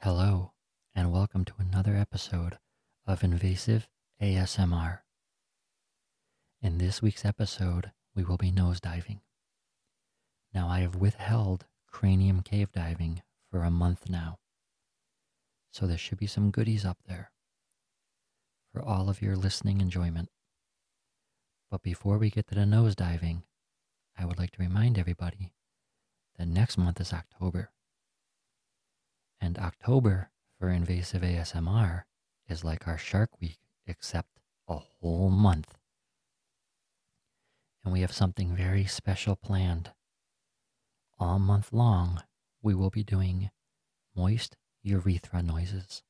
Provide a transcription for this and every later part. Hello, and welcome to another episode of Invasive ASMR. In this week's episode, we will be nose diving. Now, I have withheld cranium cave diving for a month now, so there should be some goodies up there for all of your listening enjoyment. But before we get to the nose diving, I would like to remind everybody that next month is October. And October for invasive ASMR is like our Shark Week, except a whole month. And we have something very special planned. All month long, we will be doing moist urethra noises.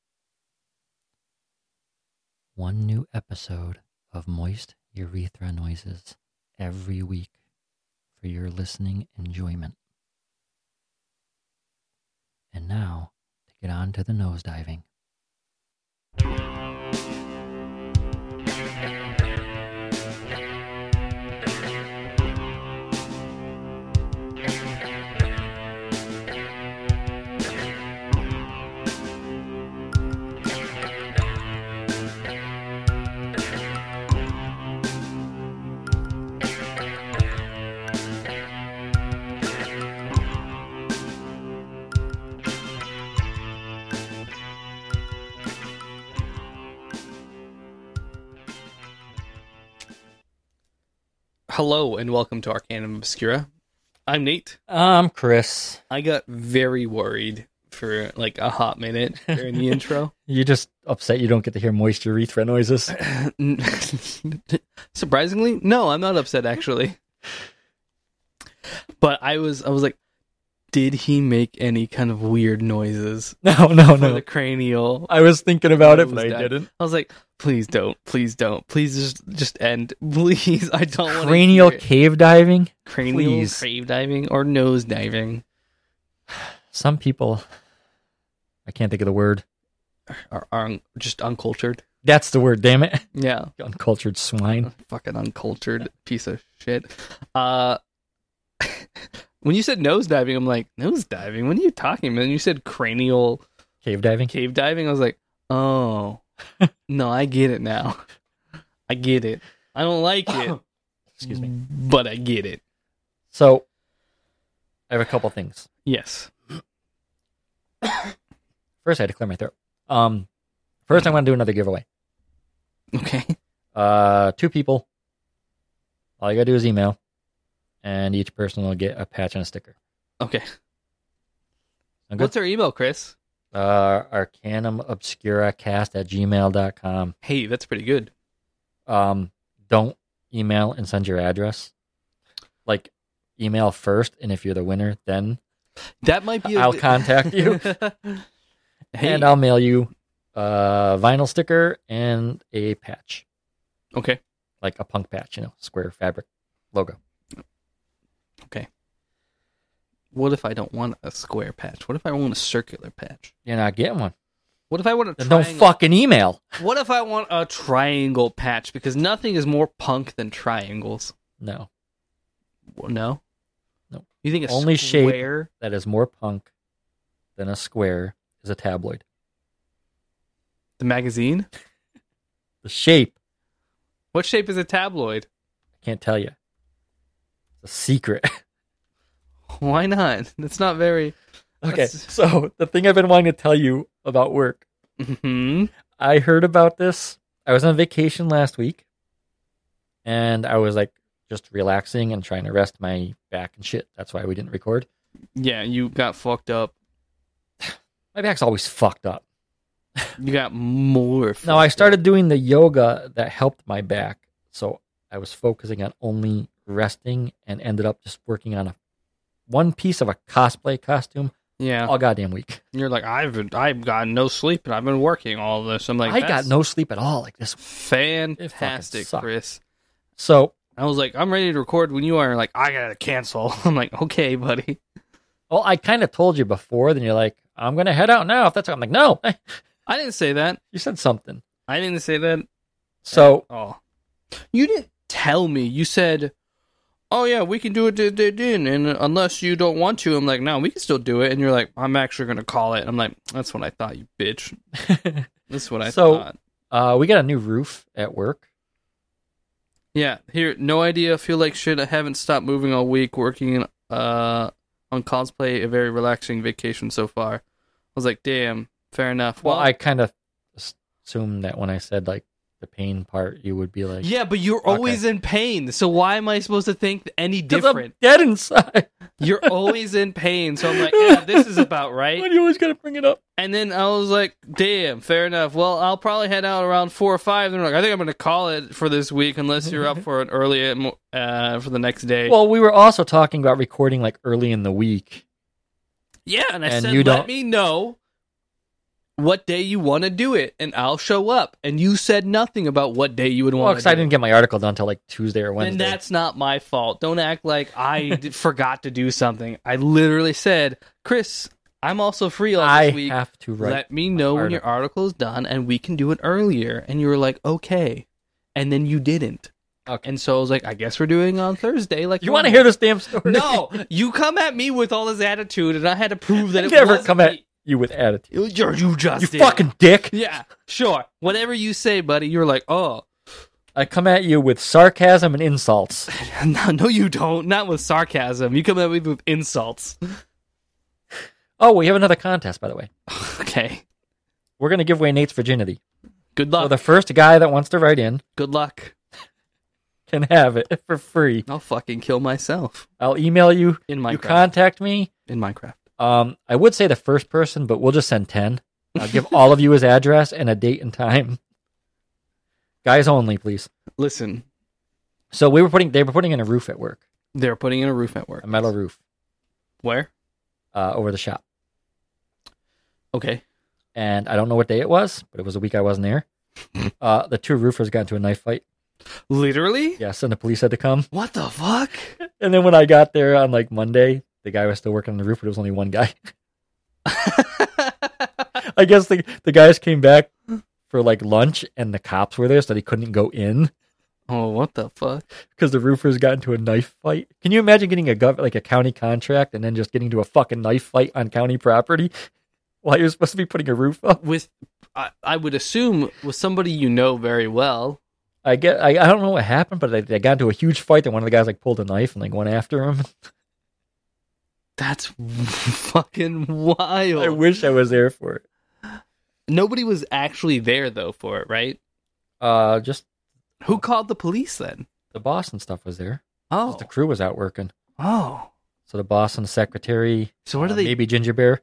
One new episode of moist urethra noises every week for your listening enjoyment. And now, to get on to the nose diving. Hello and welcome to Arcanum Obscura. I'm Nate. I'm Um, Chris. I got very worried for like a hot minute during the intro. You just upset you don't get to hear moist urethra noises. Surprisingly, no, I'm not upset actually. But I was I was like did he make any kind of weird noises No, Oh, no, for the cranial? I was thinking about It was that. I was like, please don't, please don't, please just just end, please. I don't want Cranial to cave diving. cranial please. cave diving or nose diving Some people, I can't think of the word. are, are un- just uncultured. That's the word. Damn it, Yeah. uncultured swine. fucking uncultured piece of shit. Uh, when you said nose diving, I'm like, nose diving? What are you talking about? And you said cranial Cave diving. cave diving. I was like, oh, no, I get it now. I get it. I don't like it, Excuse me. but I get it. So, I have a couple things. Yes. First, I had to clear my throat. Um, first, I want to do another giveaway. Okay. Uh, two people. All you gotta do is email, and each person will get a patch and a sticker. Okay. I'm good. What's our email, Chris? Uh, arcanumobscuracast at gmail.com. Hey, that's pretty good. Um, don't email and send your address. Like, email first, and if you're the winner, then That might be. i I'll contact you. hey. and I'll mail you a vinyl sticker and a patch, okay. like a punk patch, you know, square fabric logo. What if I don't want a square patch? What if I want a circular patch? You're not getting one. What if I want a Then triangle? don't fucking email. What if I want a triangle patch? Because nothing is more punk than triangles. No, Well, no. Nope. You think a Only shape- square? that is more punk than a square is a tabloid. The magazine? The shape, What shape is a tabloid? I can't tell you. It's a secret. Why not? That's not very. Okay, That's- so the thing I've been wanting to tell you about work, hmm I heard about this. I was on vacation last week, and I was like just relaxing and trying to rest my back and shit. That's why we didn't record. Yeah, you got fucked up. My back's always fucked up. You got more. Now I fucked started doing the yoga that helped my back, so I was focusing on only resting and ended up just working on a one piece of a cosplay costume up. Yeah. all goddamn week. You're like, I've I've gotten no sleep and I've been working all this. I'm like, I got that's no sleep at all like this. Fantastic, sucked. Chris. So I was like, I'm ready to record when you are. Like, I gotta cancel. I'm like, okay, buddy. Well, I kind of told you before. Then you're like, I'm going to head out now. If that's what I'm like, no, I didn't say that. you said something. I didn't say that. So Oh. You didn't tell me. You said, oh yeah, we can do it, d- d- d- and unless you don't want to, I'm like, no, we can still do it. And you're like, I'm actually gonna call it. I'm like, that's what I thought, you bitch. That's what I So- thought. uh, we got a new roof at work. Yeah, here, no idea. Feel like shit. I haven't stopped moving all week. Working uh on cosplay, a very relaxing vacation so far. I was like, damn, fair enough. Well, I kind of assumed that when I said like the pain part, you would be like, yeah, but you're Okay. always in pain. So why am I supposed to think any 'Cause different? I'm dead inside. You're always in pain. So I'm like, yeah, this is about right. Why do you always gotta bring it up? And then I was like, damn, fair enough. Well, I'll probably head out around four or five. They're like, I think I'm going to call it for this week unless you're up for an early uh, for the next day. Well, we were also talking about recording like early in the week. yeah, and I and said, you let don't- me know what day you want to do it, and I'll show up. And you said nothing about what day you would Well, want to because do I it. didn't get my article done until like Tuesday or Wednesday. And that's not my fault. Don't act like I d- forgot to do something. I literally said, Chris, I'm also free all I this week. have to write. let me know when your article's done and we can do it earlier and you were like okay and then you didn't Okay. and so i was like i guess we're doing it on thursday like you want to hear this damn story? no you come at me with all this attitude and i had to prove that I it never wasn't come at- me. you with attitude. you you're- you just You did. fucking dick. yeah sure whatever you say buddy you're like oh I come at you with sarcasm and insults. no, no you don't not with sarcasm you come at me with insults Oh, we have another contest, by the way. okay We're gonna give away Nate's virginity. good So luck the first guy that wants to write in good luck can have it for free. i'll fucking kill myself I'll email you. in You minecraft contact me. in minecraft Um, I would say the first person, but we'll just send ten. I'll give all of you his address and a date and time. Guys only, please. listen So we were putting they were putting in a roof at work, they're putting in a roof at work a metal roof where uh, over the shop. okay And I don't know what day it was, but it was a week I wasn't there. Uh, the two roofers got into a knife fight. Literally? Yes, and the police had to come. What the fuck? And then when I got there on like Monday, the guy was still working on the roof, but it was only one guy. I guess the the guys came back for like lunch, and the cops were there, so they couldn't go in. oh, what the fuck? because the roofers got into a knife fight. Can you imagine getting a gov- like a county contract and then just getting into a fucking knife fight on county property while you're supposed to be putting a roof up? With, I, I would assume, with somebody you know very well. I get I, I don't know what happened, but they, they got into a huge fight. And one of the guys like pulled a knife and like went after him. That's fucking I wild. wish I was there for it. Nobody was actually there, though, for it, right? Uh, just Who called the police then? the boss and stuff was there. Oh. Just the crew was out working, Oh. so the boss and the secretary, So what uh, are they? maybe Ginger Bear,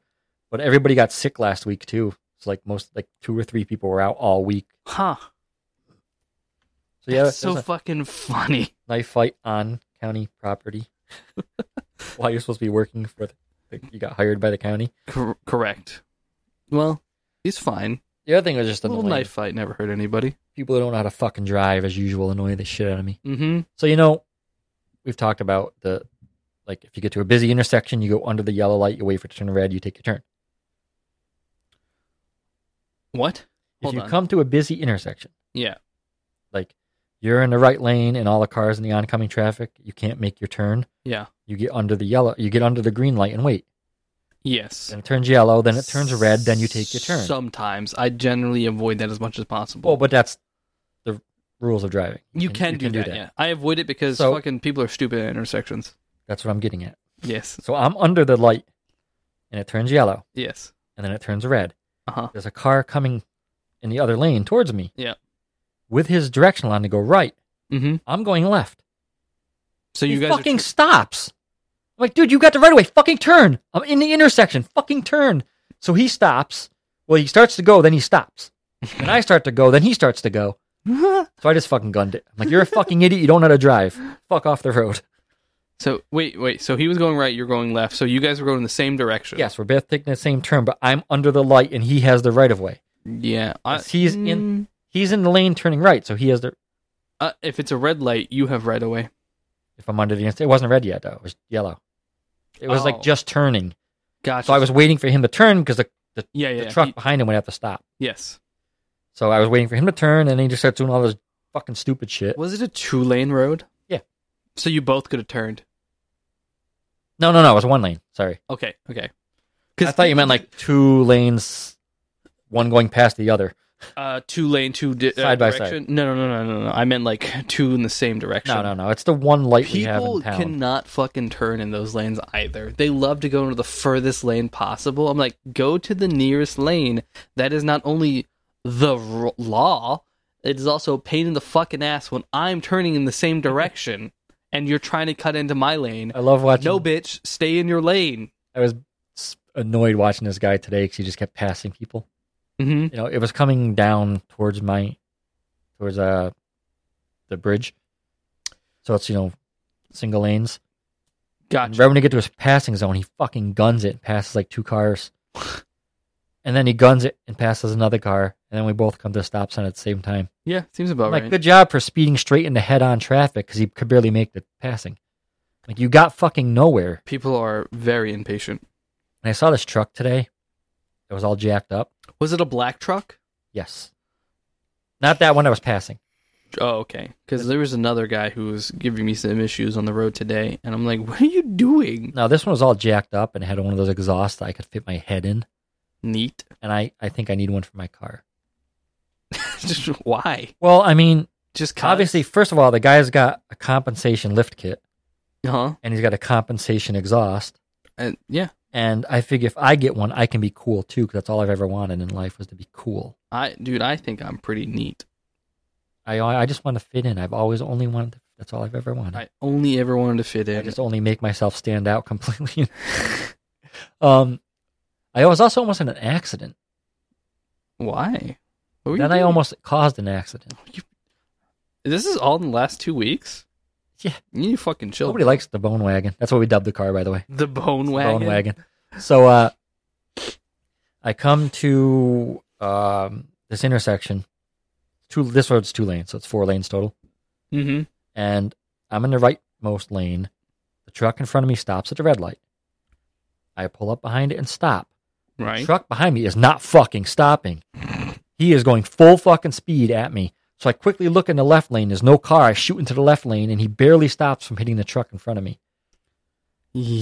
but everybody got sick last week too. So like most like two or three people were out all week. Huh. So yeah, That's it was so a- fucking funny. knife fight on county property while you're supposed to be working for the, like, you got hired by the county. Cor- correct. Well, he's fine. The other thing was just The little annoying. knife fight never hurt anybody. People who don't know how to fucking drive, as usual, annoy the shit out of me. Mm-hmm. So you know, we've talked about the like if you get to a busy intersection, you go under the yellow light, you wait for it to turn red, you take your turn. What? Hold if you on. come to a busy intersection, Yeah. like you're in the right lane and all the cars in the oncoming traffic, you can't make your turn. Yeah. You get under the yellow, you get under the green light and wait. Yes. Then it turns yellow, then it turns red, then you take your turn. Oh, Sometimes I generally avoid that as much as possible. Well, but that's the rules of driving. you can, do, that, Yeah, I avoid it because So- fucking people are stupid at intersections. That's what I'm getting at. Yes, So I'm under the light, and it turns yellow, yes, and then it turns red. uh huh. There's a car coming in the other lane towards me. Yeah. With his directional on to go right, Mm-hmm. I'm going left. So you he guys are fucking stops. I'm like, dude, you got the right of way. Fucking turn. I'm in the intersection. Fucking turn. So he stops. Well, he starts to go, then he stops. and I start to go, then he starts to go. tr- So I just fucking gunned it. I'm like, you're a fucking idiot. You don't know how to drive. Fuck off the road. so wait, wait. So he was going right, you're going left. So you guys were going in the same direction. Yes, we're both taking the same turn, but I'm under the light and he has the right of way. yeah. I, Yes, he's in- Mm, He's in the lane turning right, so he has the. Uh, if it's a red light, you have right away. If I'm under the, it wasn't red yet though. It was yellow. It was Oh. like just turning, Gotcha. so I was waiting for him to turn because the, the, yeah, yeah. the truck He- behind him would have to stop. yes. So I was waiting for him to turn, and he just starts doing all this fucking stupid shit. Was it a two lane road? Yeah. So you both could have turned. No, no, no. It was one lane. Sorry. Okay, okay. I thought you meant like two lanes, one going past the other. uh, two lane, two di- uh, Side by side. direction. No, no, no, no, no, no. I meant like two in the same direction. No, no, no. It's the one light we have People in town. cannot fucking turn in those lanes either. They love to go into the furthest lane possible. I'm like, go to the nearest lane. That is not only the r- law, it is also a pain in the fucking ass when I'm turning in the same direction and you're trying to cut into my lane. I love watching. No, bitch, stay in your lane. I was s- annoyed watching this guy today because he just kept passing people. Mm-hmm. You know, it was coming down towards my, towards uh, the bridge. So it's you know, single lanes. And Gotcha. Right when he get to his passing zone, he fucking guns it, passes like two cars, and then he guns it and passes another car, and then we both come to a stop sign at the same time. Yeah, seems about like right. good job for speeding straight into head-on traffic because he could barely make the passing. Like you got fucking nowhere. People are very impatient. And I saw this truck today. It was all jacked up. Was it a black truck? Yes. Not that one I was passing. Oh, okay. Because there was another guy who was giving me some issues on the road today, and I'm like, "What are you doing?" No, this one was all jacked up and had one of those exhausts that I could fit my head in. Neat. And I, I think I need one for my car. Just why? Well, I mean, Just cause? obviously, first of all, the guy's got a compensation lift kit huh? and he's got a compensation exhaust. Uh-huh. And yeah, And I figure if I get one, I can be cool too, because that's all I've ever wanted in life was to be cool. I dude, I think I'm pretty neat. I, I just want to fit in. I've always only wanted. To, that's all I've ever wanted. I only ever wanted to fit I in. just only make myself stand out completely. um, I was also almost in an accident. Why? What were you Then I doing? almost caused an accident. This is all in the last two weeks. Yeah. you need to fucking chill. Nobody likes the bone wagon. That's what we dubbed the car, by the way. the bone It's the wagon. Bone wagon. So uh, I come to um, this intersection. Two. This road's two lanes, so it's four lanes total. Mm-hmm. And I'm in the rightmost lane. The truck in front of me stops at the red light. I pull up behind it and stop. Right. truck behind me is not fucking stopping. He is going full fucking speed at me. So I quickly look in the left lane. There's no car. I shoot into the left lane, and he barely stops from hitting the truck in front of me.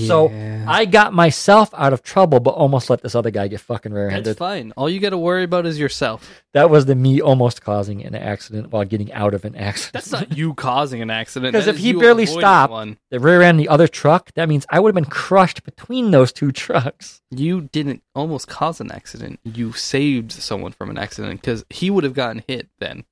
So Yeah. I got myself out of trouble, but almost let this other guy get fucking That's rear-handed. fine. All you got to worry about is yourself. That was the me almost causing an accident while getting out of an accident. That's not you causing an accident. 'Cause That if is he you barely avoiding stopped- one. the rear end, the other truck. That means I would have been crushed between those two trucks. you didn't almost cause an accident. You saved someone from an accident because he would have gotten hit then.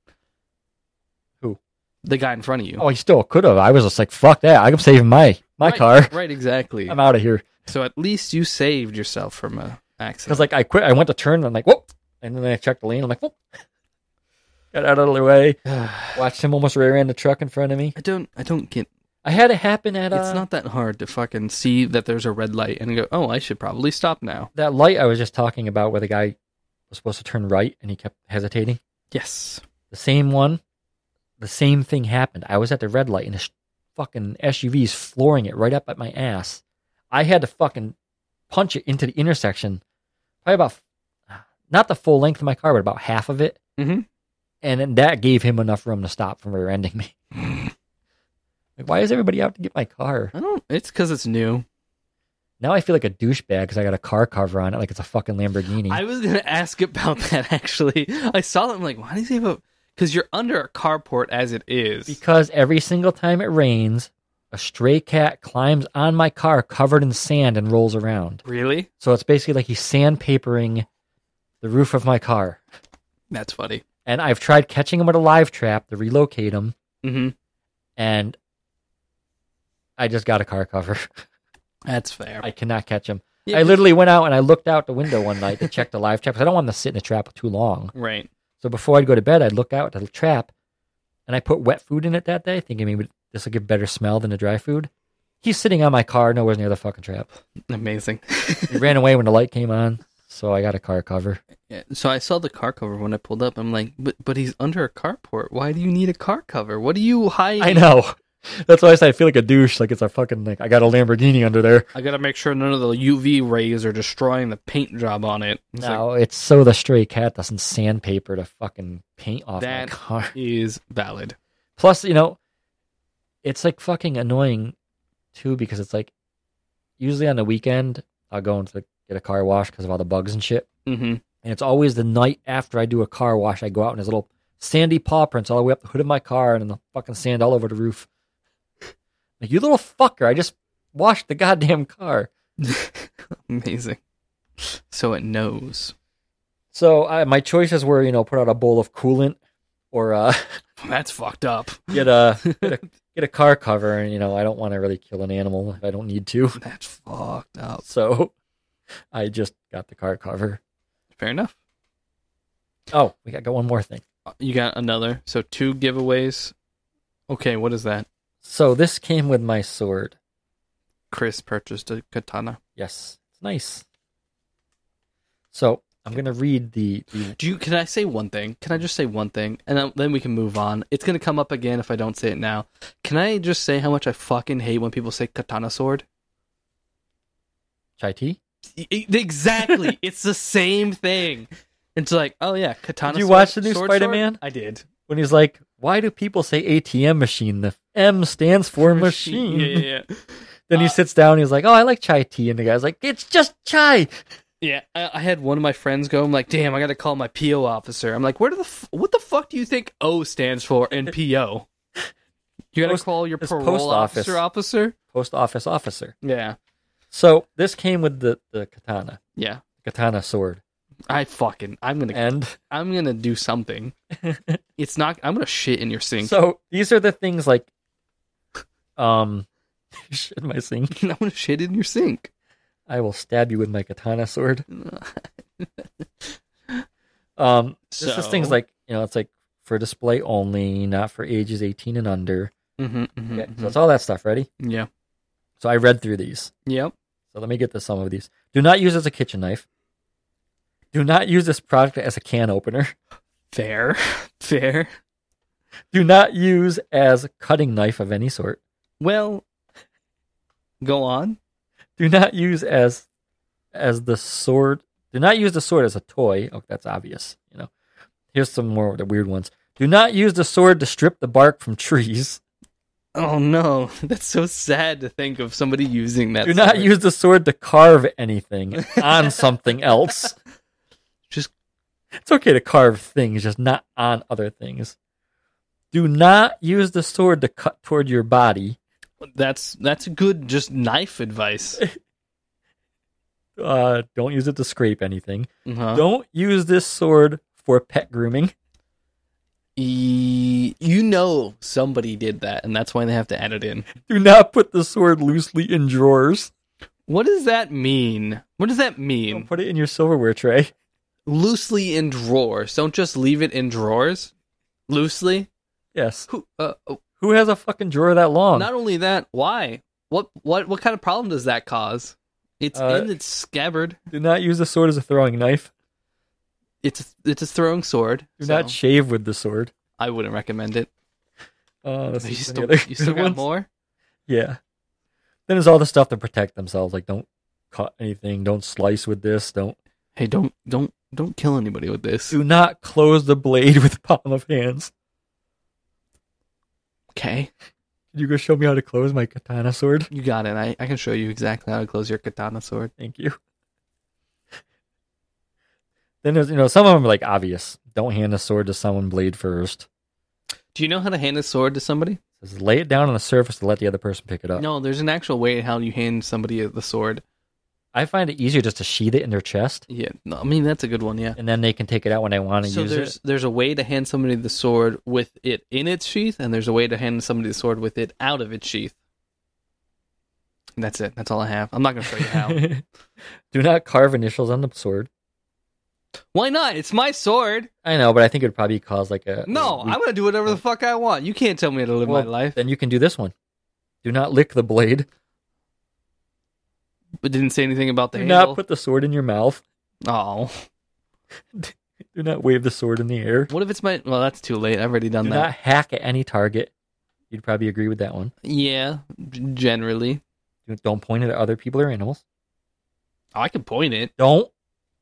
Who? The guy in front of you. Oh, he still could have. I was just like, fuck that. I'm saving my my Right, car. Right, exactly. I'm out of here. So at least you saved yourself from a Because accident. like I quit, I went to turn, and I'm like, whoop, and then I checked the lane. I'm like, whoop, got out of the way. Watched him almost rear end the truck in front of me. I don't. I don't get. I had it happen at uh, It's not that hard to fucking see that there's a red light and go. Oh, I should probably stop now. that light I was just talking about, where the guy was supposed to turn right and he kept hesitating. Yes. The same one, the same thing happened. I was at the red light, and this fucking SUV is flooring it right up at my ass. I had to fucking punch it into the intersection, probably about not the full length of my car, but about half of it. Mm-hmm. and then that gave him enough room to stop from rear ending me. like, why is everybody out to get my car? I don't. It's because it's new. Now I feel like a douchebag because I got a car cover on it, like it's a fucking Lamborghini. I was gonna ask about that actually. I saw that. I'm like, why does he have a? Because you're under a carport as it is. because every single time it rains, a stray cat climbs on my car covered in sand and rolls around. really? So it's basically like he's sandpapering the roof of my car. That's funny. And I've tried catching him with a live trap to relocate him, Mm-hmm. and I just got a car cover. That's fair. I cannot catch him. Yeah, I 'cause- literally went out and I looked out the window one night to check the live trap 'cause I don't want them to sit in the trap too long. right. So before I'd go to bed, I'd look out at the trap and I put wet food in it that day, thinking maybe this will give better smell than the dry food. He's sitting on my car, nowhere near the fucking trap. Amazing. He ran away when the light came on, so I got a car cover. Yeah, so I saw the car cover when I pulled up. I'm like, but but he's under a carport. Why do you need a car cover? What do you hide? I know. That's why I say I feel like a douche. Like it's a fucking like I got a Lamborghini under there. I gotta make sure none of the UV rays are destroying the paint job on it. It's like, No, it's so the stray cat doesn't sandpaper the fucking paint off That- my car. is valid. Plus, you know, it's like fucking annoying too because it's like usually on the weekend I'll go into get a car wash because of all the bugs and shit. Mm-hmm. And it's always the night after I do a car wash, I go out and there's little sandy paw prints all the way up the hood of my car and in the fucking sand all over the roof. Like, you little fucker, I just washed the goddamn car. Amazing. So it knows. So I, my choices were, you know, put out a bowl of coolant or uh, That's fucked up. get a get a get a car cover. And you know, I don't want to really kill an animal if I don't need to. That's fucked up. So I just got the car cover. Fair enough. Uh, Oh, we got, got one more thing. You got another. So two giveaways. Okay, what is that? So this came with my sword. Chris purchased a katana. Yes, it's nice. So I'm gonna read the, the Do you? Can I say one thing? Can I just say one thing, and then, then we can move on. It's gonna come up again if I don't say it now. Can I just say how much I fucking hate when people say katana sword? chai tea. E- e- Exactly, it's the same thing. It's like, oh yeah, katana. Did you sword, watch the new sword, sword? Spider-Man? I did. When he's like, "Why do people say ATM machine? The M stands for machine." Yeah, yeah, yeah. Then he Uh, sits down. he's like, "Oh, I like chai tea," and the guy's like, "It's just chai." Yeah, I, I had one of my friends go. I'm like, damn, I got to call my PO officer. I'm like, where do the f- what the fuck do you think O stands for in PO? You got to Post- call your it's parole post office. officer officer. Post office officer. Yeah, So this came with the the katana, yeah. katana sword, I fucking I'm gonna and I'm gonna do something. it's not. I'm gonna shit in your sink. so these are the things like, um, shit in my sink. I'm gonna shit in your sink. I will stab you with my katana sword. Um, this is things So- like you know, it's like for display only, not for ages eighteen and under. Mhm, mhm, Okay, so mhm. it's all that stuff. Ready? Yeah. So I read through these. Yep. So let me get to some of these. Do not use as a kitchen knife. Do not use this product as a can opener. Fair. Fair. Do not use as cutting knife of any sort. Well, go on. Do not use as as the sword. Do not use the sword as a toy. Oh, that's obvious. You know. Here's some more of the weird ones. Do not use the sword to strip the bark from trees. Oh no, that's so sad to think of somebody using that. Do not sword. use the sword to carve anything on something else. Just- it's okay to carve things, just not on other things. Do not use the sword to cut toward your body. That's that's good. Just knife advice. Uh, don't use it to scrape anything. Uh-huh. Don't use this sword for pet grooming. E- you know somebody did that, and that's why they have to add it in. Do not put the sword loosely in drawers. What does that mean? What does that Don't mean? put it in your silverware tray. Loosely in drawers. Don't just leave it in drawers. Loosely. Yes. Who? Uh, oh, Who has a fucking drawer that long? not only that. Why? What? What? What kind of problem does that cause? It's Uh, in its scabbard. Do not use the sword as a throwing knife. It's it's a throwing sword. Do so not shave with the sword. I wouldn't recommend it. Uh, let's You see still, any other you still good got ones. more? Yeah. Then there's all the stuff to protect themselves, like don't cut anything, don't slice with this, don't Hey, don't don't don't kill anybody with this. do not close the blade with palm of hands. Okay. Can you go show me how to close my katana sword? You got it. I, I can show you exactly how to close your katana sword. Thank you. Then there's you know, some of them are like obvious. Don't hand a sword to someone blade first. Do you know how to hand a sword to somebody? It says lay it down on the surface to let the other person pick it up. No, there's an actual way how you hand somebody the sword. I find it easier just to sheath it in their chest Yeah, no, I mean that's a good one. Yeah. and then they can take it out when they want to So use there's it. there's a way to hand somebody the sword with it in its sheath, and there's a way to hand somebody the sword with it out of its sheath. And that's it. That's all I have. I'm not gonna show you how. do not carve initials on the sword. Why not? It's my sword. I know, but I think it would probably cause like a No, a I'm gonna do whatever the fuck I want. You can't tell me how to live Uh, Oh. Well, my life. Then you can do this one. Do not lick the blade. But didn't say anything about the do handle. not put the sword in your mouth. oh, Do not wave the sword in the air. what if it's my? Well, that's too late. I've already done Do that. not hack at any target. You'd probably agree with that one. Yeah, g- generally. Do- Don't point it at other people or animals. Oh, I can point it. Don't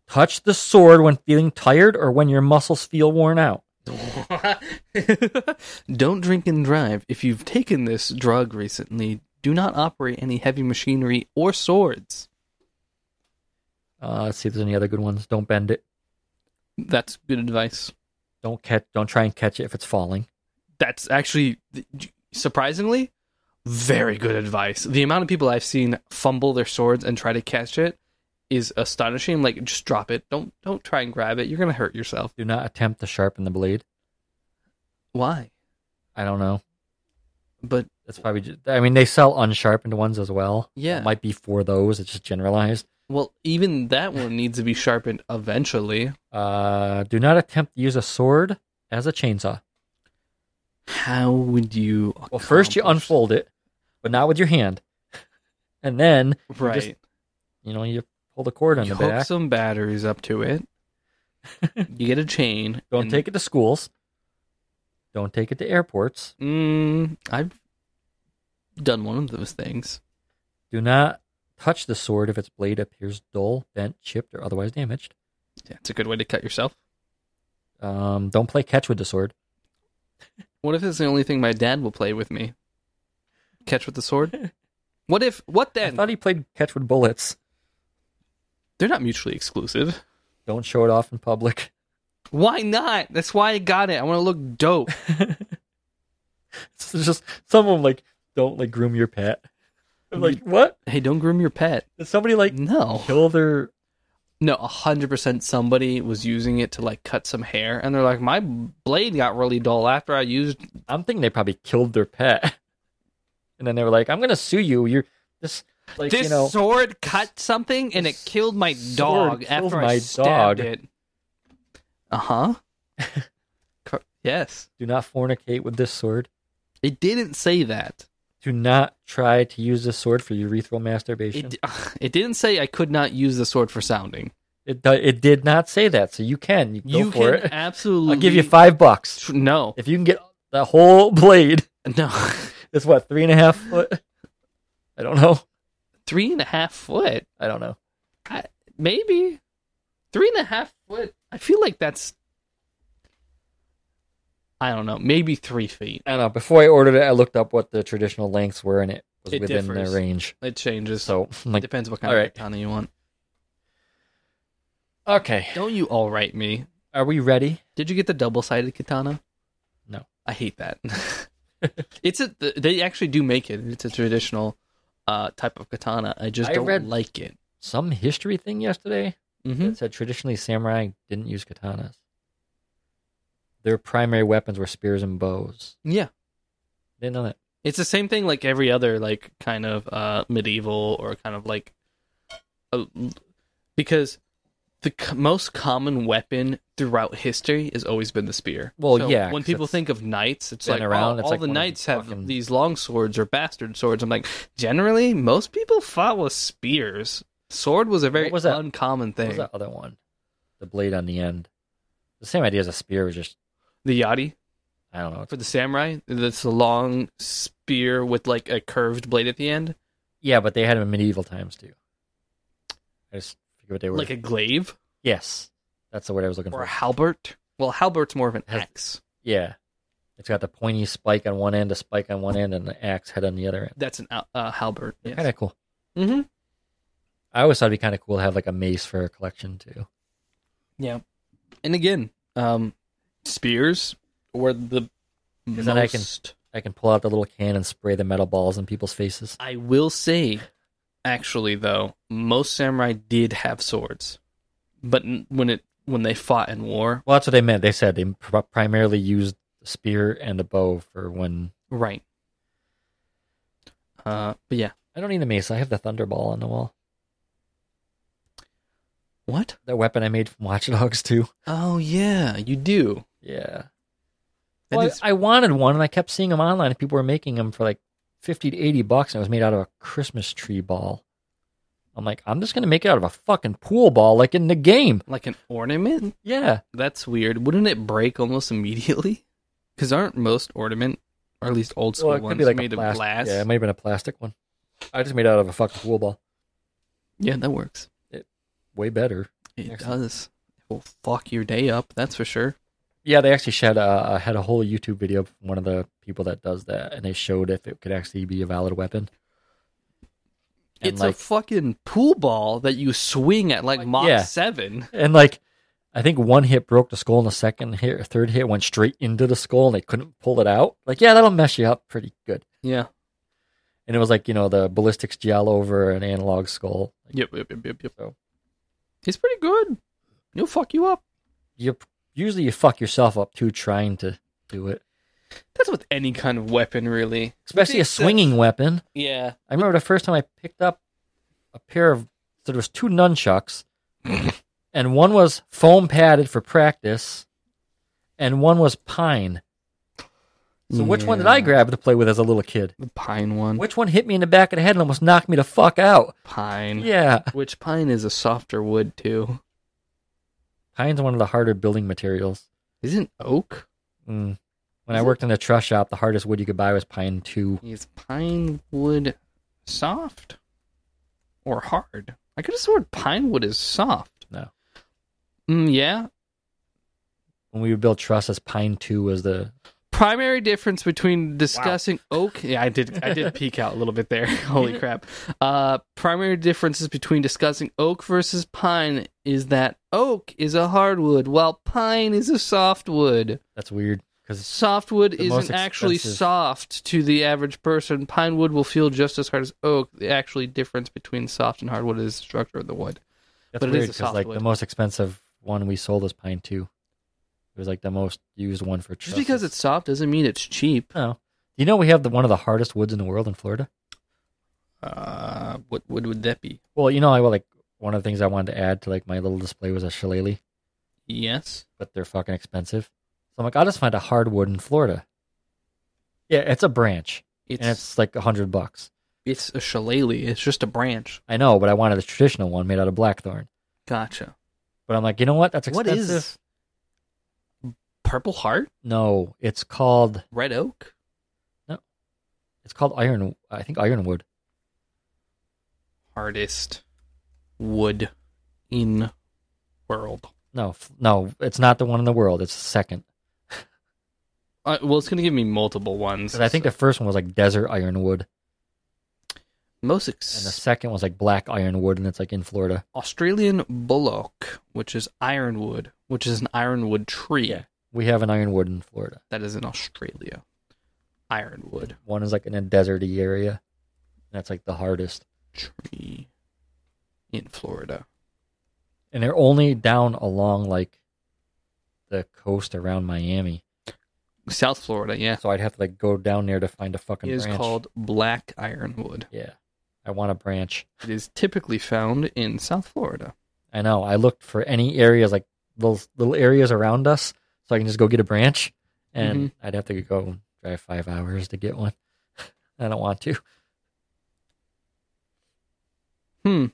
touch the sword when feeling tired or when your muscles feel worn out. Don't drink and drive. If you've taken this drug recently, do not operate any heavy machinery or swords. Uh, let's see if there's any other good ones. Don't bend it. That's good advice. Don't catch. Don't try and catch it if it's falling. That's actually surprisingly very good advice. The amount of people I've seen fumble their swords and try to catch it is astonishing. Like just drop it. Don't don't try and grab it. You're gonna hurt yourself. Do not attempt to sharpen the blade. Why? I don't know. But That's probably. Just, I mean, they sell unsharpened ones as well. Yeah. It might be for those. It's just generalized. well, even that one needs to be sharpened eventually. Uh, do not attempt to use a sword as a chainsaw. How would you? Well, first you accomplish- unfold it, but not with your hand, and then Right. just you know you pull the cord on you the hook back. some batteries up to it. you get a chain. Don't and- take it to schools. Don't take it to airports. Mm, I've done one of those things. Do not touch the sword if its blade appears dull, bent, chipped, or otherwise damaged. Yeah, it's a good way to cut yourself. Um, don't play catch with the sword. What if it's the only thing my dad will play with me? Catch with the sword. What if? What I then? thought he played catch with bullets. They're not mutually exclusive. Don't show it off in public. Why not? That's why I got it. I want to look dope. It's just some of them like don't like groom your pet. I'm like, what? hey, don't groom your pet. Did somebody like Mm. No. kill their No, 100% somebody was using it to like cut some hair and they're like my blade got really dull after I used I'm thinking they probably killed their pet. And then they were like, I'm gonna sue you. You're this like this you know sword cut something and it this killed my sword dog killed after I my stabbed dog. it. Uh-huh. Cor- yes. do not fornicate with this sword. It didn't say that. Do not try to use this sword for urethral masturbation. It it didn't say I could not use the sword for sounding. It do- it did not say that, so you can you can go you for can it. absolutely I'll give you five bucks No. if you can get the whole blade. No. It's what three and a half foot. I don't know. Three and a half foot. I don't know. maybe three and a half foot. I feel like that's. I don't know. Maybe three feet. I don't know. Before I ordered it, I looked up what the traditional lengths were, and it was It within differs. the range. It changes. So So, I'm like, depends what kind all of right. katana you want. okay, Don't you all right me? are we ready? Did you get the double sided katana? No. I hate that. it's a. They actually do make it. It's a traditional uh, type of katana. I just I don't read- like it. Some history thing yesterday hmm that said traditionally samurai didn't use katanas. Their primary weapons were spears and bows. Yeah. Didn't know that. It's the same thing like every other like kind of uh medieval or kind of like uh, because the c- most common weapon throughout history has always been the spear. Well, yeah, 'cause When people it's think of knights, it's been like around, oh, it's all like the one of knights these have fucking- these long swords or bastard swords. I'm like, generally, most people fought with spears. Sword was a very What was that? uncommon What thing. was that other one? The blade on the end. The same idea as a spear was just The yadi I don't know. It's, for the samurai, that's a long spear with like a curved blade at the end, yeah, but they had them in medieval times too. I just forget what they were. like a glaive. yes, that's the word I was looking or a for. halbert. Well, halbert's more of an Has- axe. Yeah. It's got the pointy spike on one end, a spike on one end, and the axe head on the other end. That's an al- uh, halbert. They're Yes. Kind of cool. mm-hmm. I always thought it'd be kind of cool to have like a mace for a collection too. Yeah. And again, um, spears were the most. then I can- I can pull out the little can and spray the metal balls in people's faces. I will say, actually, though, most samurai did have swords, but n- when it when they fought in war, Well, that's what they meant. They said they pr- primarily used the spear and the bow for when. right. Uh, but yeah, I don't need a mace. I have the thunderball on the wall. what? That weapon I made from Watch Dogs too. Oh yeah, you do. Yeah. That Well, I- is- I wanted one, and I kept seeing them online. and People were making them for like fifty to eighty bucks, and it was made out of a Christmas tree ball. I'm like, I'm just gonna make it out of a fucking pool ball, like in the game. like an ornament. Yeah, That's weird. Wouldn't it break almost immediately? Because aren't most ornament, or at least old school Well, it ones, could be like made a of plastic. glass? Yeah, Yeah, it might have been a plastic one. I just made it out of a fucking pool ball. that works. Way better. It Excellent. does. It will fuck your day up. That's for sure. yeah, they actually shed a, a- had a whole YouTube video from one of the people that does that, and they showed if it could actually be a valid weapon. And It's like, a fucking pool ball that you swing at like Mach yeah. 7. and like, I think one hit broke the skull, and the second hit, or third hit went straight into the skull, and they couldn't pull it out. Like, yeah, that'll mess you up pretty good. Yeah. And it was like you know the ballistics gel over an analog skull. Like, Yep, yep, yep, yep, yep. So- He's pretty good. He'll fuck you up. You usually you fuck yourself up too trying to do it, That's with any kind of weapon, really. especially a That's- swinging weapon. Yeah. I remember the first time I picked up a pair of so there was two nunchucks, and one was foam padded for practice, and one was pine. So which one did I Yeah. grab to play with as a little kid? The pine one. Which one hit me in the back of the head and almost knocked me the fuck out? Pine. Yeah, Which pine is a softer wood, too. pine's one of the harder building materials. Isn't oak? Mm. When I Is it? worked in a truss shop, the hardest wood you could buy was pine two. Is pine wood soft or hard? I could have sworn pine wood is soft. No. Mm, yeah, When we would build trusses, pine two was the primary difference between discussing oak yeah i did i did peek out a little bit there holy crap uh primary differences between discussing oak versus pine is that oak is a hardwood while pine is a softwood that's weird because softwood The most isn't actually expensive. soft to the average person pine wood will feel just as hard as oak the actually difference between soft and hardwood is the structure of the wood that's But it is weird a 'cause, soft like wood. the most expensive one we sold was pine two. It was like the most used one for trusses. just because it's soft doesn't mean it's cheap no, you know we have the, one of the hardest woods in the world in Florida. uh what wood would that be Well, you know I like one of the things I wanted to add to like my little display was a shillelagh, yes but they're fucking expensive. So I'm like, I'll just find a hardwood in Florida. Yeah, it's a branch, and it's like a hundred bucks. It's a shillelagh. It's just a branch. I know, but I wanted a traditional one made out of blackthorn. Gotcha. But I'm like, you know what? That's What expensive. is- Purple heart, No, it's called red oak. it's called iron. I think ironwood. Hardest wood in world. No, f- no, it's not the one in the world. It's the second. Uh, well, it's gonna give me multiple ones. 'Cause I think the first one was like desert ironwood, most and the ex- second was like black ironwood, and it's like in Florida. Australian bullock, which is ironwood, which is an ironwood tree Yeah. We have an ironwood in Florida. that is in Australia. Ironwood One is like in a deserty area. That's like the hardest, tree in Florida. and they're only down along like the coast around Miami. South Florida, yeah, So I'd have to like go down there to find a fucking it is branch. called black ironwood. yeah, I want a branch. It is typically found in South Florida. I know. I looked for any areas like those little areas around us, so I can just go get a branch, and Mm-hmm. I'd have to go drive five hours to get one. I don't want to. Hmm.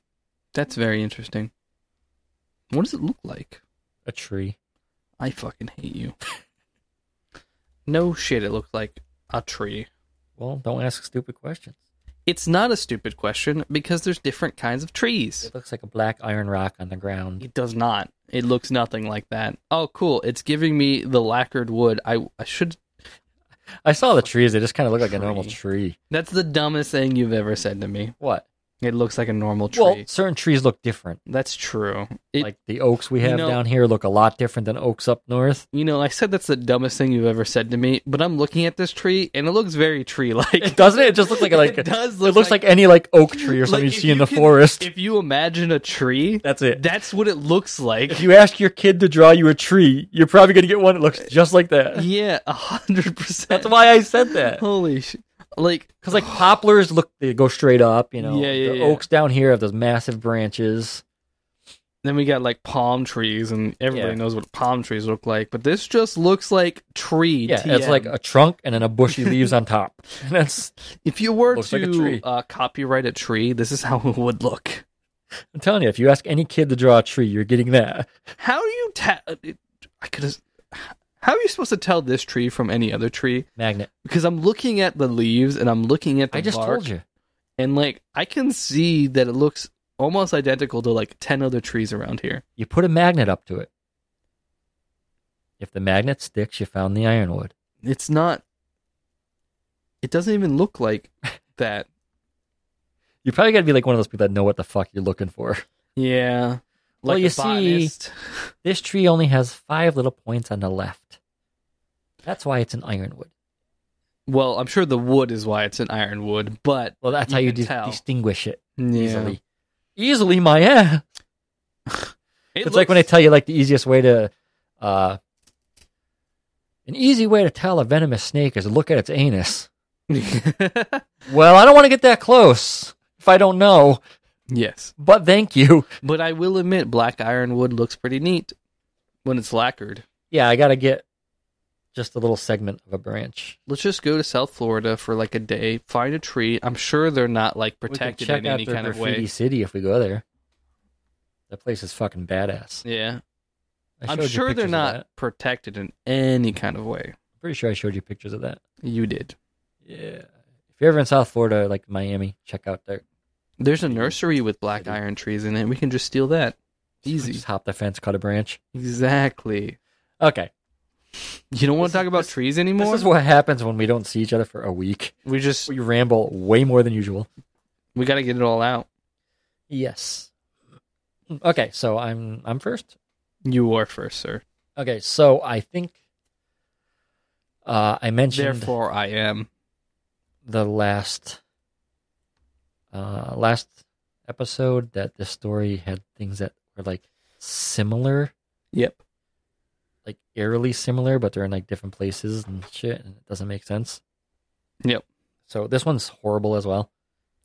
That's very interesting. What does it look like? A tree. I fucking hate you. no shit, it looks like a tree. Well, don't ask stupid questions. It's not a stupid question because there's different kinds of trees. It looks like a black iron rock on the ground. It does not. It looks nothing like that. Oh, cool. It's giving me the lacquered wood. I, I should. I saw the trees. They just kind of look like a normal Tree. tree. That's the dumbest thing you've ever said to me. What? It looks like a normal tree. Well, certain trees look different. That's true. It, like the oaks we you have know- down here look a lot different than oaks up north. you know, I said that's the dumbest thing you've ever said to me, but I'm looking at this tree and it looks very tree like. It doesn't it? It just looks like like it it, does look looks like, any like oak tree or something Like, you if see in the can- forest. If you imagine a tree, That's it. that's what it looks like. if you ask your kid to draw you a tree, you're probably going to get one that looks just like that. yeah, a hundred percent. That's why I said that. Holy shit! Like, Because like poplars look, they go straight up. You know, Yeah, yeah, the yeah. oaks down here have those massive branches. then we got like palm trees, and everybody Yeah. knows what palm trees look like. But this just looks like tree. Yeah, it's TM. like a trunk and then a bushy leaves on top. And that's if you were looks to like a tree. Uh, copyright a tree, this is how it would look. I'm telling you, if you ask any kid to draw a tree, you're getting that. How do you ta- uh, I could. How are you supposed to tell this tree from any other tree? Magnet. Because I'm looking at the leaves and I'm looking at the I just bark. told you. and like I can see that it looks almost identical to like ten other trees around here. You put a magnet up to it. If the magnet sticks, you found the ironwood. It's not. It doesn't even look like that. You probably got to be like one of those people that know what the fuck you're looking for. Yeah. Well, you a see- botanist. This tree only has five little points on the left. That's why it's an ironwood. Well, I'm sure the wood is why it's an ironwood, but Well, that's You how you can dis- tell. distinguish it yeah. easily. Easily, my ass. It it's like when I looks- tell you like the easiest way to, uh, an easy way to tell a venomous snake is to look at its anus. Well, I don't want to get that close if I don't know, yes, but thank you. but I will admit, black ironwood looks pretty neat when it's lacquered. Yeah, I got to get just a little segment of a branch. Let's just go to South Florida for like a day, find a tree. I'm sure they're not like We could protected check in out any their kind of graffiti way. city if we go there. That place is fucking badass. Yeah, I showed I'm you sure pictures they're of not that. protected in any kind of way. I'm pretty sure I showed you pictures of that. You did. Yeah. If you're ever in South Florida, like Miami, check out their There's a nursery with black iron trees in it. We can just steal that. Easy. Just hop the fence, cut a branch. Exactly. Okay. You don't want This to talk is- about this- trees anymore. This is what happens when we don't see each other for a week. we just We ramble way more than usual. we got to get it all out. Yes. Okay, so I'm I'm first. You are first, sir. Okay, so I think uh, I mentioned Therefore, I am. the last uh, last episode that this story had things that were like similar, Yep. like eerily similar, but they're in like different places and shit, and it doesn't make sense. Yep. So this one's horrible as well.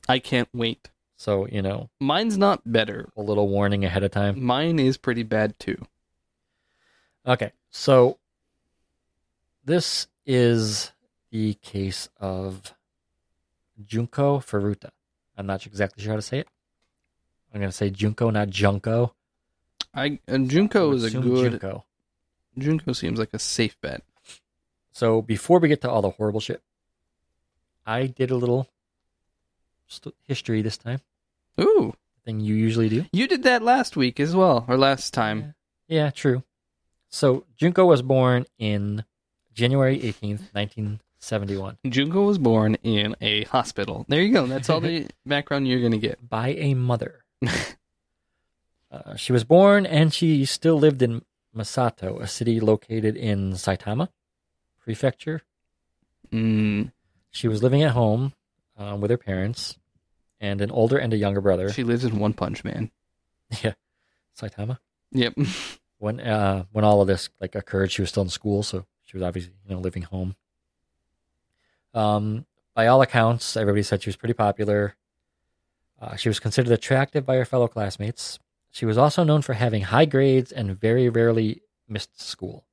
I can't wait. So you know, Mine's not better. a little warning ahead of time. Mine is pretty bad too. Okay, so this is the case of Junko Furuta. I'm not exactly sure how to say it. I'm going to say Junko, not Junko. I and Junko I is a assume good. Junko. Junko. seems like a safe bet. So before we get to all the horrible shit, I did a little st- history this time. Ooh, Thing you usually do. you did that last week as well, or last time. Yeah, true. So Junko was born in January 18th, 1971. Junko was born in a hospital. There you go. That's all the background you're gonna get. by a mother. uh, she was born and she still lived in Masato, a city located in Saitama Prefecture. Mm, She was living at home um, with her parents and an older and a younger brother. she lives in One Punch Man. Saitama. Yep. When uh, when all of this like occurred, she was still in school, so she was obviously you know living home. Um, by all accounts, everybody said she was pretty popular. Uh, she was considered attractive by her fellow classmates. She was also known for having high grades and very rarely missed school.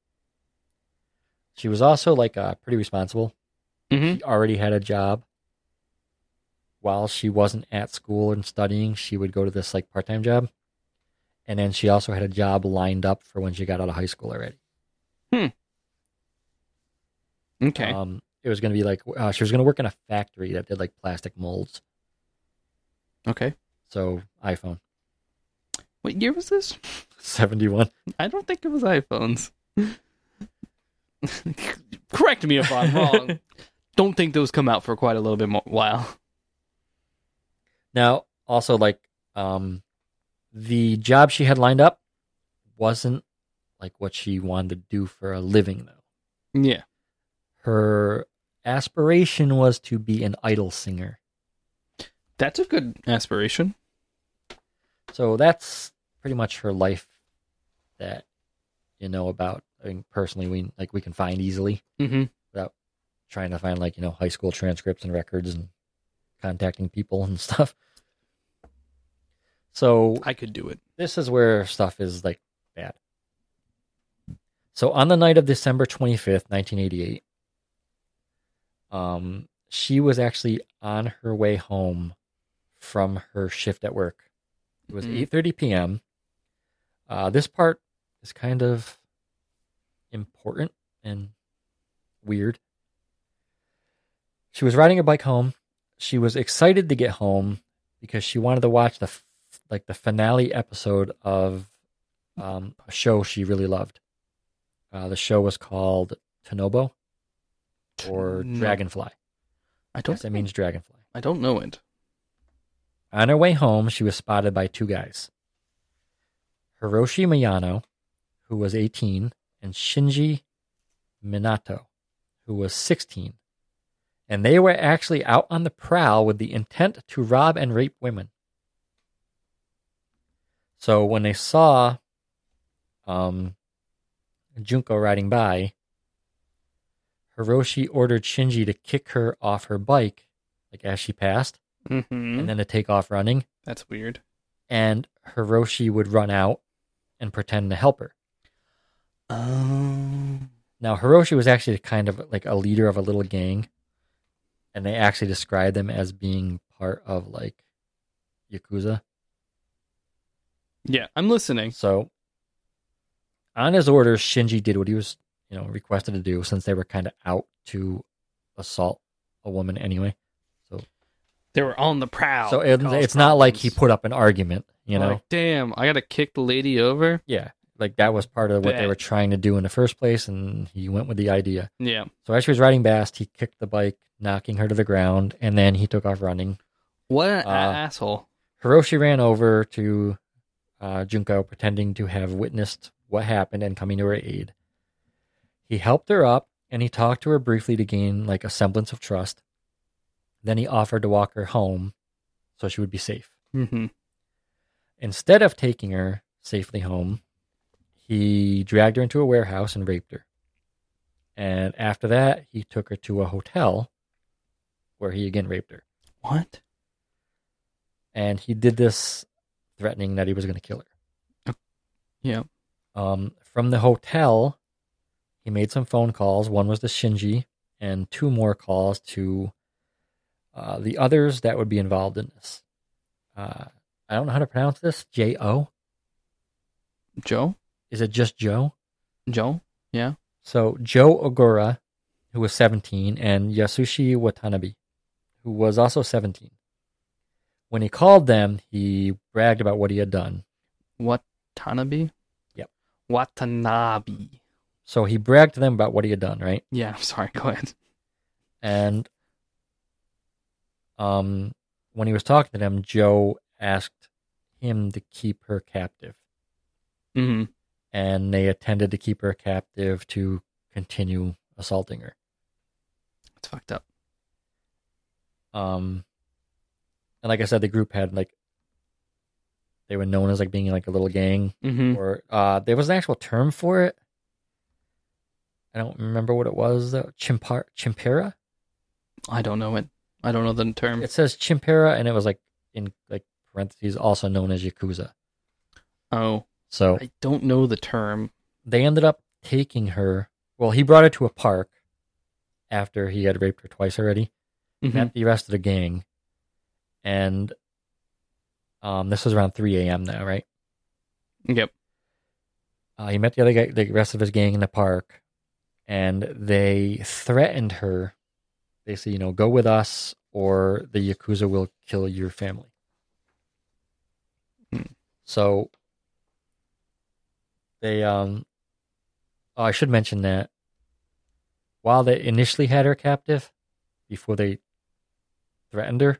She was also like uh, pretty responsible. Mhm. She already had a job. While she wasn't at school and studying, she would go to this like part-time job, and then she also had a job lined up for when she got out of high school already. Okay. Um, it was going to be like uh, she was going to work in a factory that did like plastic molds. okay. So iPhone What year was this? seventy one. I don't think it was iPhones. Correct me if I'm wrong. don't think those come out for quite a little bit more while. Now also like um, the job she had lined up wasn't like what she wanted to do for a living though. Yeah. Her aspiration was to be an idol singer. That's a good aspiration. So that's pretty much her life that you know about. I mean, personally, we like we can find easily. Mm-hmm. trying to find like you know high school transcripts and records and contacting people and stuff so I could do it. this is where stuff is like bad so on the night of december 25th 1988 um she was actually on her way home from her shift at work it was Mhm. 8.30 p.m uh, this part is kind of important and weird she was riding her bike home. She was excited to get home because she wanted to watch the f- like the finale episode of um, a show she really loved. Uh, the show was called Tanobo or No. Dragonfly. I don't. Yes, it means dragonfly. I don't know it. On her way home, she was spotted by two guys Hiroshi Miyano, who was 18, and Shinji Minato, who was 16. And they were actually out on the prowl with the intent to rob and rape women. So when they saw um, Junko riding by, Hiroshi ordered Shinji to kick her off her bike, like as she passed, Mm-hmm. and then to take off running That's weird. and Hiroshi would run out and pretend to help her. Um. Now, Hiroshi was actually kind of like a leader of a little gang, and they actually described them as being part of like Yakuza. Yeah, I'm listening. So, on his orders, Shinji did what he was, you know, requested to do since they were kind of out to assault a woman anyway. They were on the prowl. so, it, it's Caused not like problems. he put up an argument, you know? Like, damn, I gotta kick the lady over. yeah. Like that was part of what they Bet. were trying to do in the first place, and he went with the idea. Yeah. So as she was riding past, he kicked the bike, knocking her to the ground, and then he took off running. What an Uh, asshole. Hiroshi ran over to uh, Junko, pretending to have witnessed what happened and coming to her aid. He helped her up and he talked to her briefly to gain like a semblance of trust. Then he offered to walk her home so she would be safe. Mm-hmm. Instead of taking her safely home, he dragged her into a warehouse and raped her. And after that, he took her to a hotel where he again raped her. What? And he did this threatening that he was going to kill her. Yeah. Um, from the hotel, he made some phone calls. One was to Shinji, and two more calls to uh, the others that would be involved in this. Uh, I don't know how to pronounce this. J O? Joe? Is it just Joe? Joe? So Joe Ogura, who was 17, and Yasushi Watanabe, who was also 17. When he called them, he bragged about what he had done. Watanabe? Yep. Watanabe. So he bragged to them about what he had done, right? Yeah, I'm sorry. Go ahead. And um, when he was talking to them, Joe asked him to keep her captive, Mm-hmm. and they intended to keep her captive to continue assaulting her. It's fucked up. um and like i said the group had like they were known as like being like a little gang Mm-hmm. or uh there was an actual term for it i don't remember what it was though chimpar chimpera I don't know it. I don't know the term. it says chimpera and it was like in like parentheses also known as yakuza oh, so I don't know the term. they ended up taking her well he brought her to a park after he had raped her twice already Mhm. met the rest of the gang and um this was around 3 a.m now right Yep. Uh, he met the other guy, the rest of his gang in the park, and they threatened her. They said, you know, go with us or the Yakuza will kill your family. Hmm. So they, um, oh, I should mention that while they initially had her captive, before they threatened her,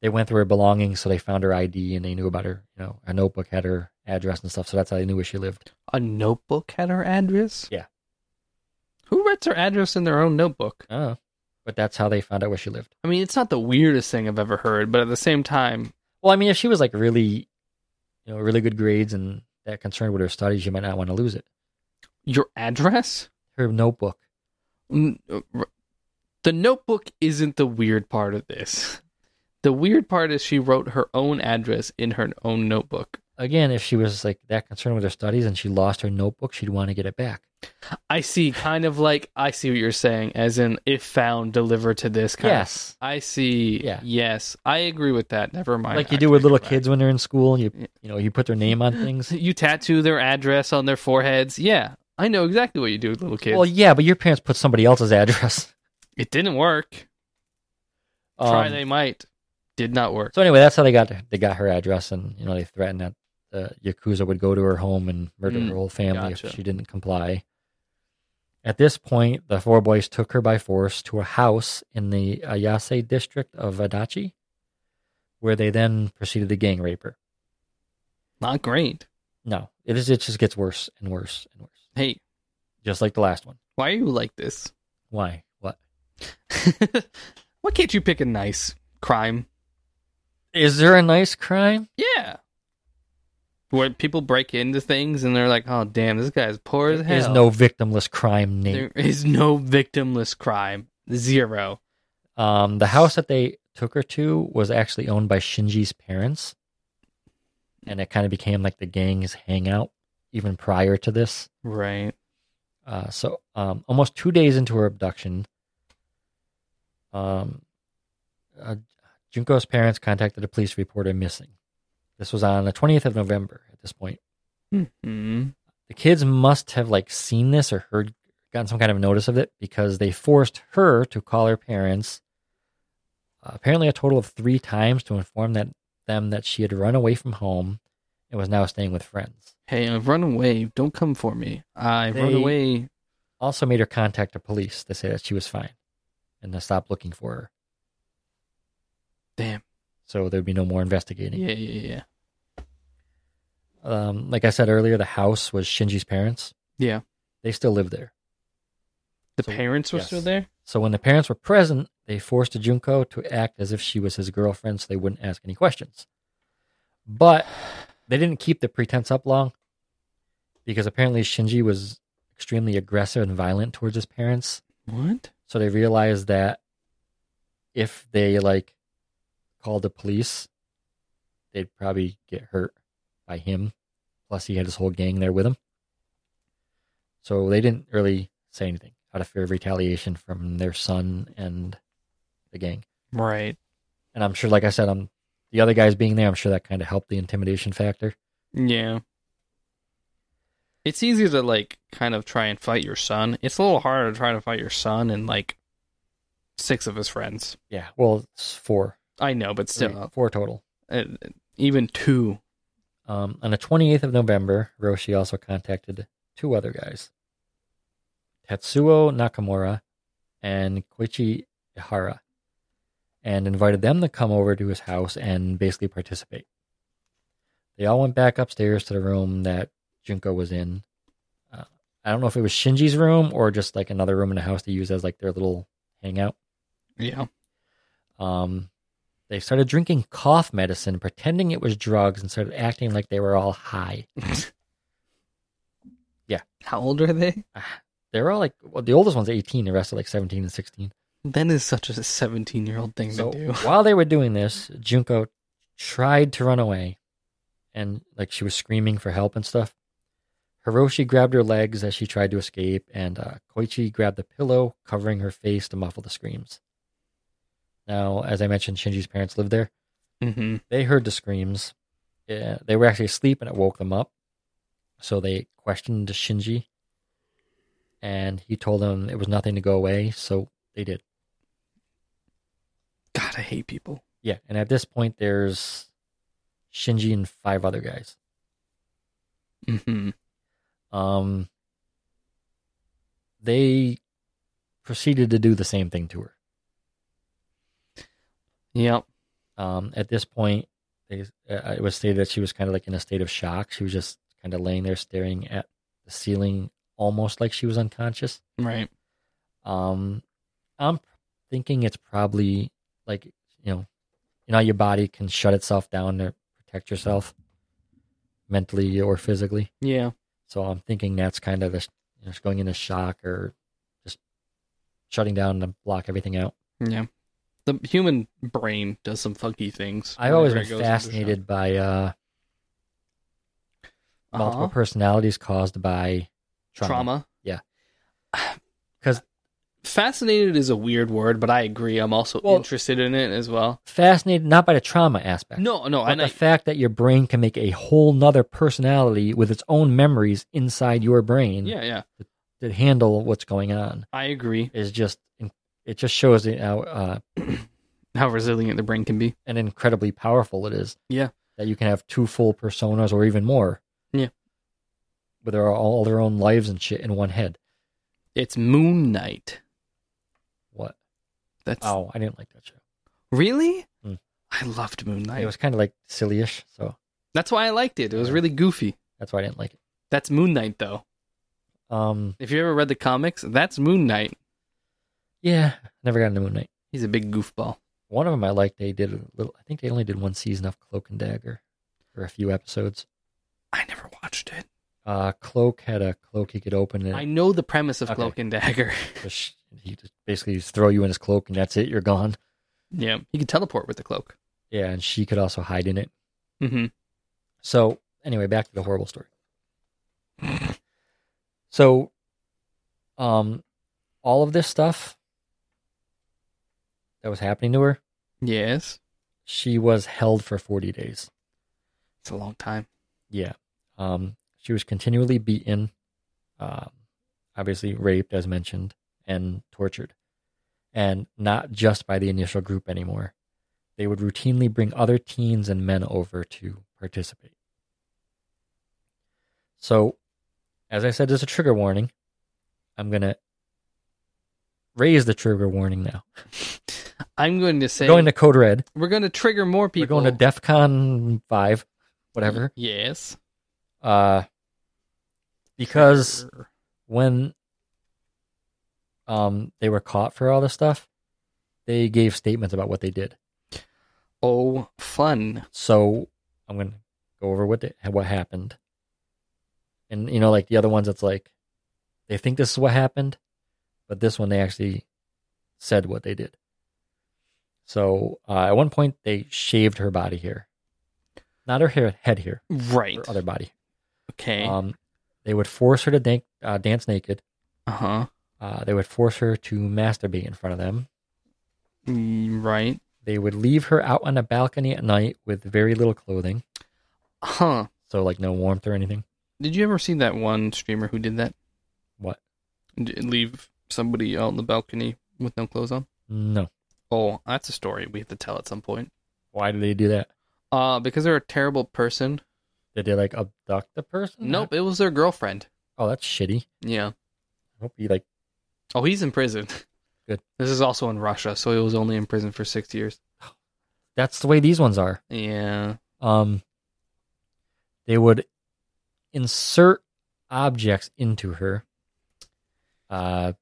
they went through her belongings. So they found her ID and they knew about her, you know, her notebook had her address and stuff. So that's how they knew where she lived. A notebook had her address? Yeah. Who writes her address in their own notebook? Oh. But that's how they found out where she lived. I mean, it's not the weirdest thing I've ever heard, but at the same time, Well, I mean, if she was like really, you know, really good grades and that concerned with her studies, she might not want to lose it. your address? Her notebook. N- uh, r- The notebook isn't the weird part of this. The weird part is she wrote her own address in her own notebook. Again, if she was like that concerned with her studies and she lost her notebook, she'd want to get it back. I see, kind of like I see what you're saying, as in if found, deliver to this kind. Of, yes. I see. Yeah. Yes, I agree with that. Never mind. Like I you do with take little it back. kids when they're in school and you, Yeah. you know, you put their name on things. You tattoo their address on their foreheads. Yeah, I know exactly what you do with little kids. Well, yeah, but your parents put somebody else's address. it didn't work. Try Um, they might. Did not work. So anyway, that's how they got they got her address, and you know they uh, threatened that the yakuza would go to her home and murder Mm, her whole family gotcha. if she didn't comply. At this point, the four boys took her by force to a house in the Ayase district of Adachi, where they then proceeded to gang rape her. Not great. No, it is. It just gets worse and worse and worse, Hey, just like the last one. why are you like this? Why? What why can't you pick a nice crime? is there a nice crime? Yeah. Where people break into things and they're like, oh, damn, this guy's poor as hell. There's no victimless crime name. There is no victimless crime. Zero. Um, the house that they took her to was actually owned by Shinji's parents, and it kind of became like the gang's hangout even prior to this. Right. Uh, so, um, almost two days into her abduction, um, uh, Junko's parents contacted the police to report her missing. This was on the 20th of November. At this point, hmm the kids must have like seen this or heard gotten some kind of notice of it because they forced her to call her parents uh, apparently a total of three times to inform that them that she had run away from home and was now staying with friends Hey, I've run away. Don't come for me. I've run They- away. also made her contact the police to say that she was fine and to stop looking for her Damn. so there'd be no more investigating Yeah, yeah, yeah. um, like i said earlier the house was shinji's parents Yeah. they still live there The So- parents were yes. still there? So when the parents were present, they forced Junko to act as if she was his girlfriend so they wouldn't ask any questions. But they didn't keep the pretense up long because apparently Shinji was extremely aggressive and violent towards his parents. What? So they realized that if they like called the police, they'd probably get hurt by him. Plus he had his whole gang there with him. So they didn't really say anything out of fear of retaliation from their son and the gang. Right. And I'm sure like I said, I'm the other guys being there, I'm sure that kind of helped the intimidation factor. Yeah. It's easy to like kind of try and fight your son. It's a little harder to try to fight your son and like six of his friends. Yeah. Well, it's four. I know, but still, Three- four total. uh, even two. Um, on the 28th of November, Roshi also contacted two other guys Tetsuo Nakamura and Koichi Ihara and invited them to come over to his house and basically participate. They all went back upstairs to the room that Junko was in. Uh, I don't know if it was Shinji's room or just like another room in the house they use as like their little hangout. Yeah. Um, they started drinking cough medicine, pretending it was drugs, and started acting like they were all high. Yeah. How old are they? They're all like, well, the oldest one's 18, the rest are like 17 and 16. That is such a 17 year old thing So to do. while they were doing this, Junko tried to run away, and like she was screaming for help and stuff. Hiroshi grabbed her legs as she tried to escape, and uh, Koichi grabbed the pillow, covering her face to muffle the screams. Now, as I mentioned, Shinji's parents lived there. Mm-hmm. they heard the screams. Yeah, they were actually asleep and it woke them up. So they questioned Shinji and he told them it was nothing to go away. So they did. God, I hate people. Yeah. And at this point, there's Shinji and five other guys. Mm-hmm. Um, they proceeded to do the same thing to her. Yep. Um, at this point, they, uh, it was stated that she was kind of like in a state of shock. She was just kind of laying there staring at the ceiling, almost like she was unconscious. Right. Um, I'm thinking it's probably like you know, you know, your body can shut itself down to protect yourself mentally or physically. Yeah. So I'm thinking that's kind of a, you know, just going into shock or just shutting down to block everything out. Yeah. The human brain does some funky things. I've always whenever been it goes into shock. fascinated by uh, multiple Uh-huh. personalities caused by trauma. trauma. Yeah. 'Cause- fascinated is a weird word, but I agree. I'm also Well- interested in it as well. Fascinated not by the trauma aspect. No, no, But and the I, fact that your brain can make a whole nother personality with its own memories inside your brain yeah, yeah, to handle what's going on I agree. is just it just shows you how uh, How resilient the brain can be. and incredibly powerful it is. Yeah. that you can have two full personas or even more. Yeah. but they're all their own lives and shit in one head. It's Moon Knight. What? That's Oh, I didn't like that show. really. Hmm. I loved Moon Knight. It was kind of like silly-ish, so That's why I liked it. It was really goofy. that's why I didn't like it. That's Moon Knight, though. Um, If you ever read the comics, that's Moon Knight. yeah, never got into Moon Knight. He's a big goofball. One of them I liked. They did a little. I think they only did one season of Cloak and Dagger, or a few episodes. I never watched it. Uh, Cloak had a cloak he could open, and I know the premise of Okay. Cloak and Dagger. just- he just basically just throw you in his cloak, and that's it. You're gone. yeah, he can teleport with the cloak. Yeah, and she could also hide in it. Mm-hmm. So anyway, back to the horrible story. so, um, all of this stuff that was happening to her, Yes, she was held for forty days. it's a long time. Yeah, um, she was continually beaten, um, obviously raped, as mentioned, and tortured, and not just by the initial group anymore. They would routinely bring other teens and men over to participate. So, as I said, as a trigger warning, I'm gonna raise the trigger warning now. I'm going to say We're going to code red. we're going to trigger more people. We're going to DefCon five, whatever. Yes, Uh, because Trigger. when um they were caught for all this stuff, they gave statements about what they did. oh, fun. So I'm gonna go over what they, what happened, and you know, like the other ones, it's like they think this is what happened, but this one they actually said what they did. So uh, at one point, they shaved her body here, not her hair, head here, Right. her other body. Okay. Um, they would force her to dan- uh, dance naked. uh huh. Uh, they would force her to masturbate in front of them. Mm, Right. They would leave her out on a balcony at night with very little clothing, Huh. so like no warmth or anything. Did you ever see that one streamer who did that? What? D- leave somebody out on the balcony with no clothes on? No. Oh, that's a story we have to tell at some point. Why do they do that? Uh, because they're a terrible person. Did they like abduct the person? Nope, it was their girlfriend. Oh, that's shitty. Yeah. I hope he like Oh, he's in prison. Good. This is also in Russia, so he was only in prison for six years. that's the way these ones are. Yeah. Um, they would insert objects into her. Uh,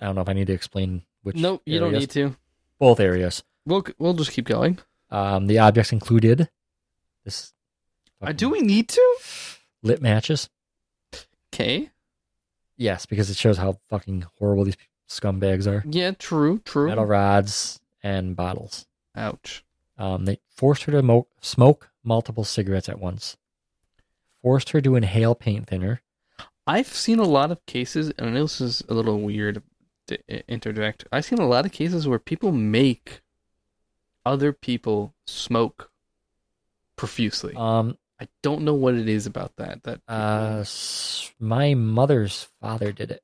I don't know if I need to explain which. nope, you don't areas. need to. both areas. We'll we'll just keep going. Um, the objects included this. Uh, do we need to? lit matches? Okay. Yes, because it shows how fucking horrible these scumbags are. Yeah. True. True. Metal rods and bottles. Ouch. Um, they forced her to mo- smoke multiple cigarettes at once. Forced her to inhale paint thinner. I've seen a lot of cases, and I know this is a little weird to i- interject. I've seen a lot of cases where people make other people smoke profusely. Um, I don't know what it is about that. That people- uh, s- my mother's father did it.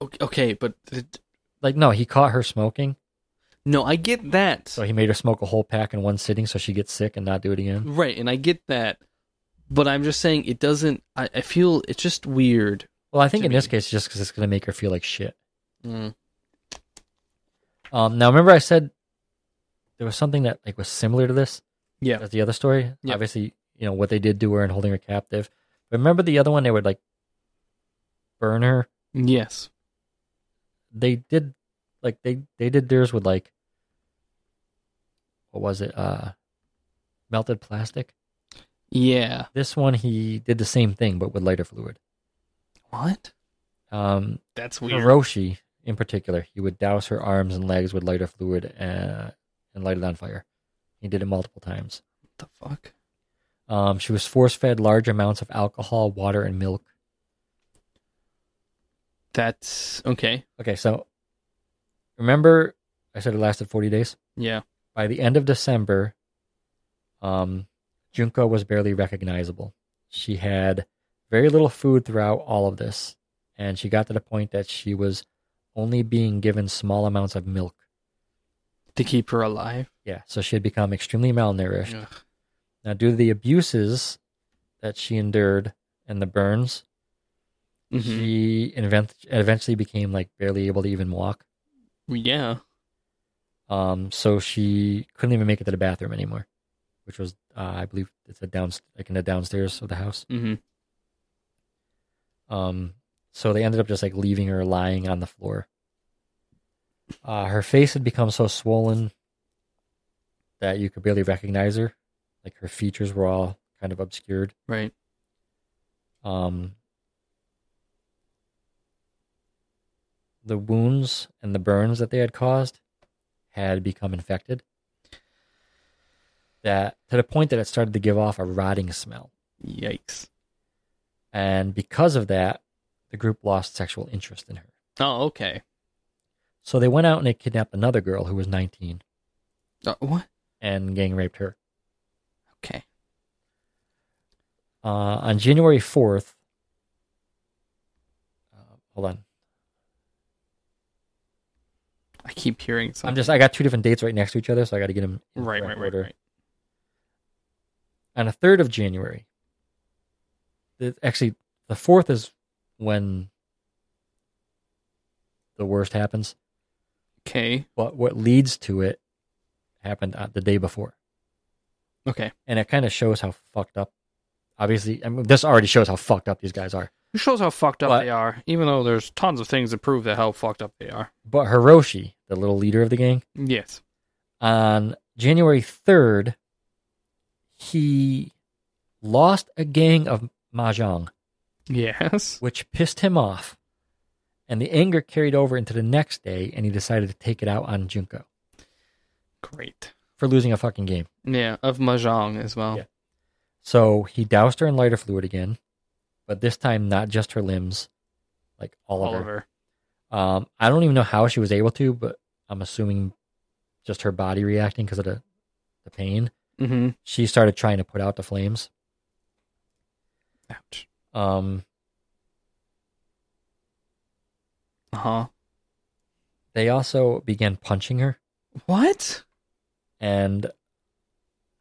okay, okay, but it- Like, no, he caught her smoking, no, I get that. so he made her smoke a whole pack in one sitting, so she gets sick and not do it again. Right, and I get that, but I'm just saying it doesn't. I, I feel it's just weird. Well, I think To in this me. case, just because it's gonna make her feel like shit. Mm. Um, now remember I said there was something that like was similar to this. Yeah. That's the other story. Yeah. Obviously, you know what they did to her and holding her captive. But remember the other one? They would like burn her. Yes. They did like they they did theirs with like what was it? Uh, melted plastic. Yeah. This one he did the same thing but with lighter fluid. What? Um, That's weird. Hiroshi in particular, he would douse her arms and legs with lighter fluid uh, and light it on fire. He did it multiple times. the fuck? Um, she was force fed large amounts of alcohol, water, and milk. That's okay. Okay, so remember I said it lasted 40 days? Yeah. By the end of December, um, Junko was barely recognizable. She had very little food throughout all of this, and she got to the point that she was only being given small amounts of milk. To keep her alive. Yeah, so she had become extremely malnourished. Ugh. Now, due to the abuses that she endured and the burns, Mhm. She invent- eventually became like barely able to even walk. Yeah. Um, so she couldn't even make it to the bathroom anymore, which was, uh, I believe, it's a down like in the downstairs of the house. hmm Um, so they ended up just like leaving her lying on the floor. Uh, her face had become so swollen that you could barely recognize her. Like her features were all kind of obscured. Right. Um, the wounds and the burns that they had caused had become infected. That to the point that it started to give off a rotting smell. Yikes. And because of that, the group lost sexual interest in her. Oh, okay. So they went out and they kidnapped another girl who was 19 Uh, what? and gang raped her. Okay. Uh, on January 4th, uh, hold on. I keep hearing something. I'm just, I got two different dates right next to each other, so I got to get them in right, correct right, right, order. right. on the third of January. The, actually, the fourth is when the worst happens. Okay. But what leads to it happened uh, the day before, Okay. and it kind of shows how fucked up. Obviously, I mean, this already shows how fucked up these guys are. It shows how fucked up But- they are, even though there's tons of things that prove that how fucked up they are. But Hiroshi, the little leader of the gang, Yes. on January third, he lost a gang of mahjong. Yes. which pissed him off. And the anger carried over into the next day, and he decided to take it out on Junko Great. for losing a fucking game. Yeah, of mahjong as well. Yeah. So he doused her in lighter fluid again, but this time not just her limbs, like all, of her. Oliver. Um, I don't even know how she was able to, but I'm assuming just her body reacting because of the, the pain. Mm-hmm. She started trying to put out the flames. Ouch. Um, Uh huh. they also began punching her, What? and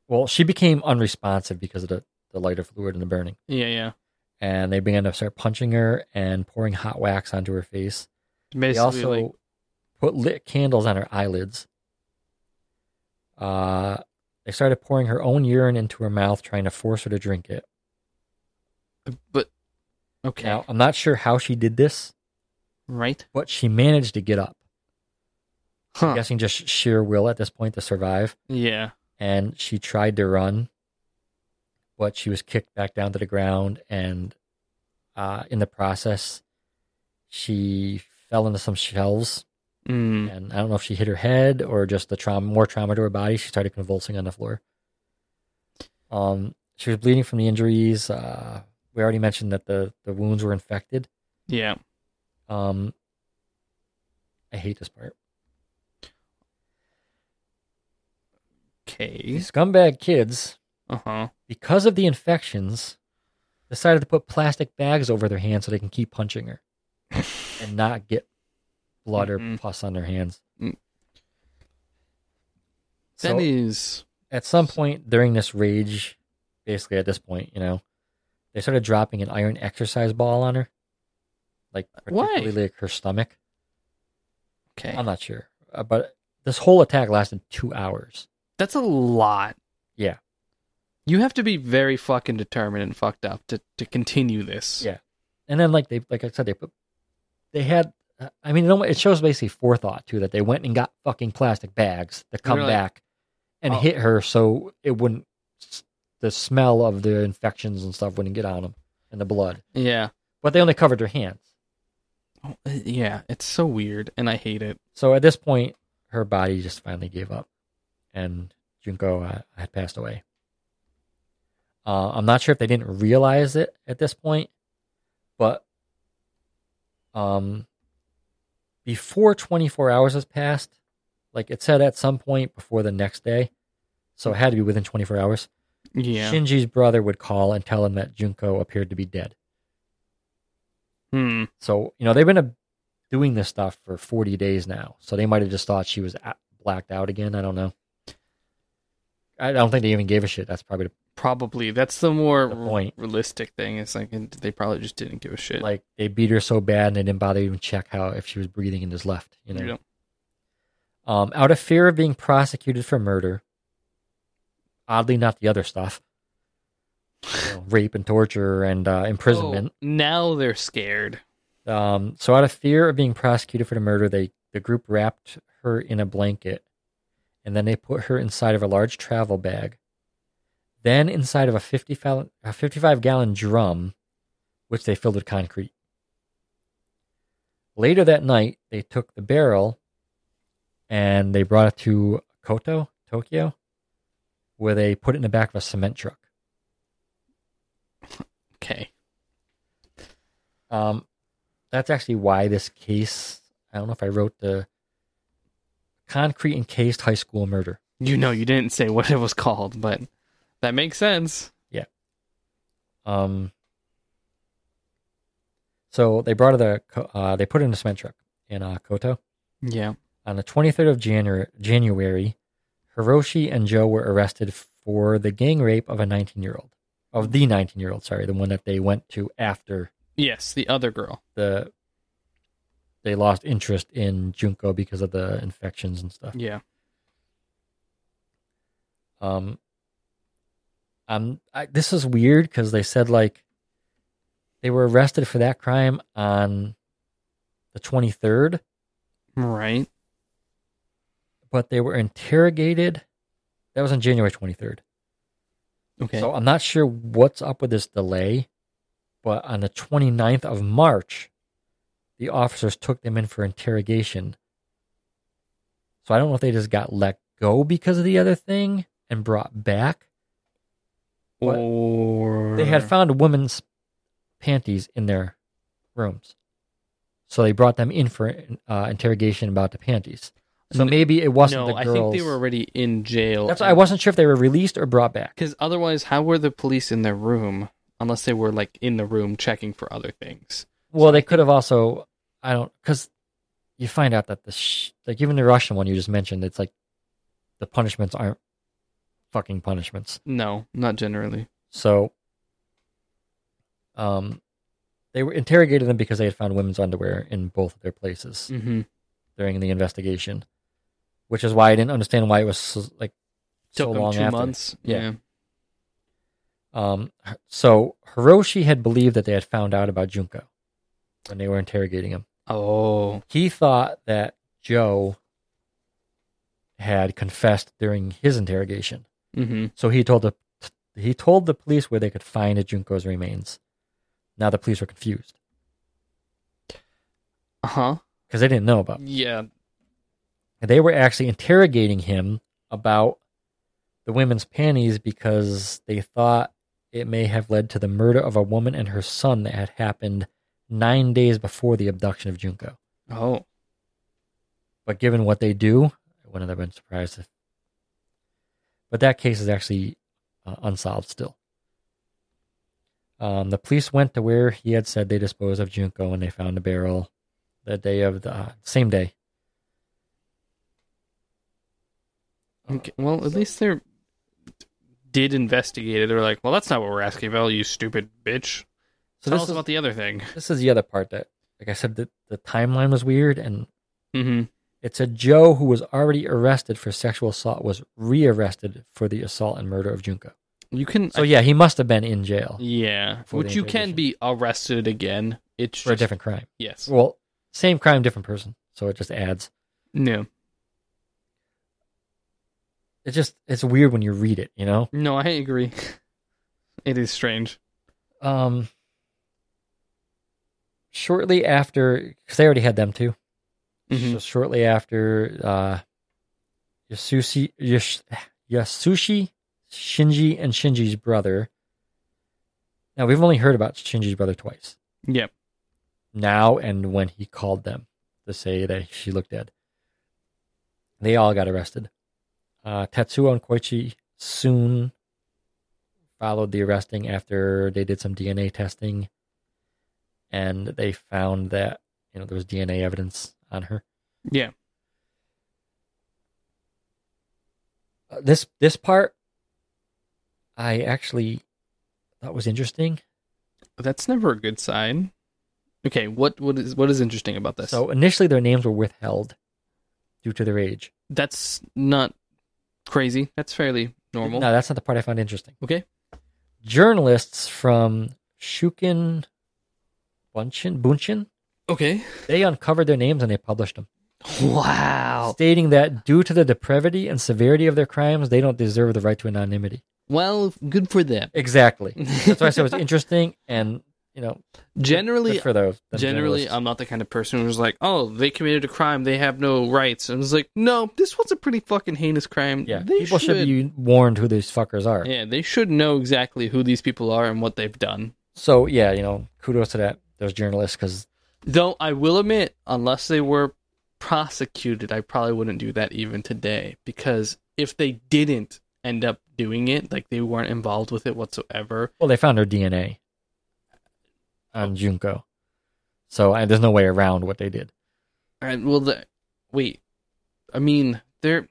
well, she became unresponsive because of the, the lighter fluid and the burning. Yeah, yeah. and they began to start punching her and pouring hot wax onto her face. They Basically, also like, put lit candles on her eyelids. Uh, they started pouring her own urine into her mouth, trying to force her to drink it. but okay, Now, I'm not sure how she did this, right? but she managed to get up. Huh? I'm guessing just sheer will at this point to survive. Yeah. And she tried to run, but she was kicked back down to the ground. And uh, in the process, she fell into some shelves Mm. Mm-hmm. and I don't know if she hit her head or just the trauma, more trauma to her body. She started convulsing on the floor. Um, she was bleeding from the injuries. Uh, we already mentioned that the the wounds were infected. Yeah. Um, I hate this part. Okay. These scumbag kids, Uh huh. because of the infections, decided to put plastic bags over their hands so they can keep punching her and not get blood or Mhm. pus on their hands. Mm. So- That is at some point during this rage, basically at this point, you know, they started dropping an iron exercise ball on her, like Why? particularly like her stomach. okay. I'm not sure, Uh, but this whole attack lasted two hours. That's a lot. Yeah. You have to be very fucking determined and fucked up to, to continue this. Yeah. And then, like they, like I said, they put, they had. uh, I mean, you know, it shows basically forethought too that they went and got fucking plastic bags to come Really? back and Oh. hit her so it wouldn't. s- The smell of the infections and stuff wouldn't get on them and the blood, Yeah. but they only covered their hands. Oh, uh, yeah. It's so weird and I hate it. So at this point, her body just finally gave up, and Junko uh, had passed away. Uh, I'm not sure if they didn't realize it at this point, but um, before 24 hours has passed, like it said at some point before the next day, so it had to be within 24 hours. Yeah. Shinji's brother would call and tell him that Junko appeared to be dead. Hmm. So you know they've been uh, doing this stuff for 40 days now. So they might have just thought she was a- blacked out again. I don't know. I don't think they even gave a shit. That's probably the Probably that's the more The point. realistic thing. It's like and they probably just didn't give a shit. Like they beat her so bad and they didn't bother even check how if she was breathing and just left. You know, You don't- um, out of fear of being prosecuted for murder. Oddly, not the other stuff, You know, rape and torture and uh, imprisonment. Oh, now they're scared. Um, so, out of fear of being prosecuted for the murder, they the group wrapped her in a blanket, and then they put her inside of a large travel bag, then inside of a fifty fal- a fifty-five gallon drum, which they filled with concrete. Later that night, they took the barrel, and they brought it to Koto, Tokyo, where they put it in the back of a cement truck. Okay. Um, that's actually why this case. I don't know if I wrote the concrete encased high school murder. You know, you didn't say what it was called, but that makes sense. Um, so they brought her the uh, they put her in a cement truck in uh, Koto Yeah. on the 23rd of January. January, Hiroshi and Joe were arrested for the gang rape of a 19 year old, of the 19 year old. Sorry, the one that they went to after Yes, the other girl. the they lost interest in Junko because of the infections and stuff. Yeah. Um, um, I, this is weird because they said like they were arrested for that crime on the 23rd, Right. but they were interrogated. That was on January 23rd. Okay. So I'm not sure what's up with this delay, but on the 29th of March, the officers took them in for interrogation. So I don't know if they just got let go because of the other thing and brought back. what? or They had found a woman's panties in their rooms. So they brought them in for uh, interrogation about the panties. So N- maybe it wasn't no. the I girls. think they were already in jail. That's why I wasn't sure if they were released or brought back. Because otherwise, how were the police in their room? Unless they were like in the room checking for other things. Well, they could have also. I don't because you find out that the sh- like even the Russian one you just mentioned, it's like the punishments aren't fucking punishments. No, not generally. So, um, they were interrogated them because they had found women's underwear in both of their places Mm-hmm. during the investigation, which is why I didn't understand why it was so, like so Took them long two after. months. Yeah. yeah. Um, so Hiroshi had believed that they had found out about Junko when they were interrogating him. Oh. He thought that Joe had confessed during his interrogation. Mm-hmm. So he told the he told the police where they could find Junko's remains. Now the police were confused. Uh huh. because they didn't know about. It. Yeah. They were actually interrogating him about the women's panties because they thought it may have led to the murder of a woman and her son that had happened nine days before the abduction of Junko. Oh. But given what they do, I wouldn't have been surprised if. But that case is actually uh, unsolved still. Um, the police went to where he had said they disposed of Junko, and they found the barrel the day of the uh, same day. Uh, Okay. Well, at least they did investigate it. They're like, well, that's not what we're asking about, you stupid bitch. So Tell this us is, about the other thing. this is the other part that, like I said, the, the timeline was weird, and Mm-hmm. it said Joe, who was already arrested for sexual assault, was rearrested for the assault and murder of Junko. You can. So yeah, he must have been in jail yeah. For the Which you can interrogation. be arrested again. It's for a just- different crime. Yes. Well, same crime, different person. So it just adds. No. It just it's weird when you read it, you know. No, I agree. it is strange. Um. Shortly after, because they already had them too. Mhm. So shortly after, uh, Yasushi, Yash, Yasushi, Shinji, and Shinji's brother. Now we've only heard about Shinji's brother twice. Yep. now and when he called them to say that she looked dead. They all got arrested. Uh, Tatsuo and Koichi soon followed the arresting after they did some DNA testing and they found that you know there was DNA evidence on her. Yeah. Uh, this this part I actually thought was interesting. That's never a good sign. Okay, what what is what is interesting about this? So initially, their names were withheld due to their age. that's not crazy. That's fairly normal. No, that's not the part I found interesting. Oh. Okay. Journalists from Shukin Bunchin, Bunchin, Okay. they uncovered their names and they published them, Wow. stating that due to the depravity and severity of their crimes, they don't deserve the right to anonymity. Well, good for them. Exactly. That's why I said it was interesting and, you know, generally, good for those. them generally, um, journalists. I'm not the kind of person who's like, "Oh, they committed a crime; they have no rights." And it's like, no, this was a pretty fucking heinous crime. yeah, they people should be warned who these fuckers are. Yeah, they should know exactly who these people are and what they've done. So, yeah, you know, kudos to that, those journalists, because Though I will admit, unless they were prosecuted, I probably wouldn't do that even today. Because if they didn't end up doing it, like they weren't involved with it whatsoever, Well, they found her DNA Oh. on Junko. So I, there's no way around what they did, and well, the, wait, I mean, they're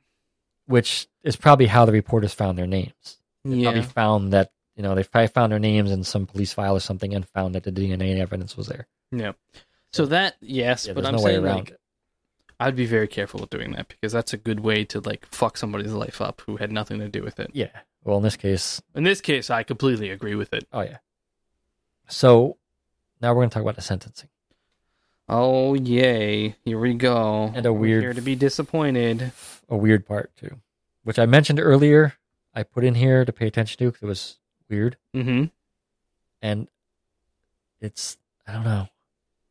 which is probably how the reporters found their names. Probably yeah, found that, you know, they probably found their names in some police file or something and found that the DNA evidence was there. no. So that yes, Yeah, but there's I'm no way saying around like it. I'd be very careful with doing that because that's a good way to like fuck somebody's life up who had nothing to do with it. Yeah. Well, in this case, In this case, I completely agree with it. oh, yeah. So now we're going to talk about the sentencing. Oh yay! Here we go. And a We're weird- here to be disappointed. A weird part, too, which I mentioned earlier. I put in here to pay attention to because it was weird. Mm-hmm. and it's I don't know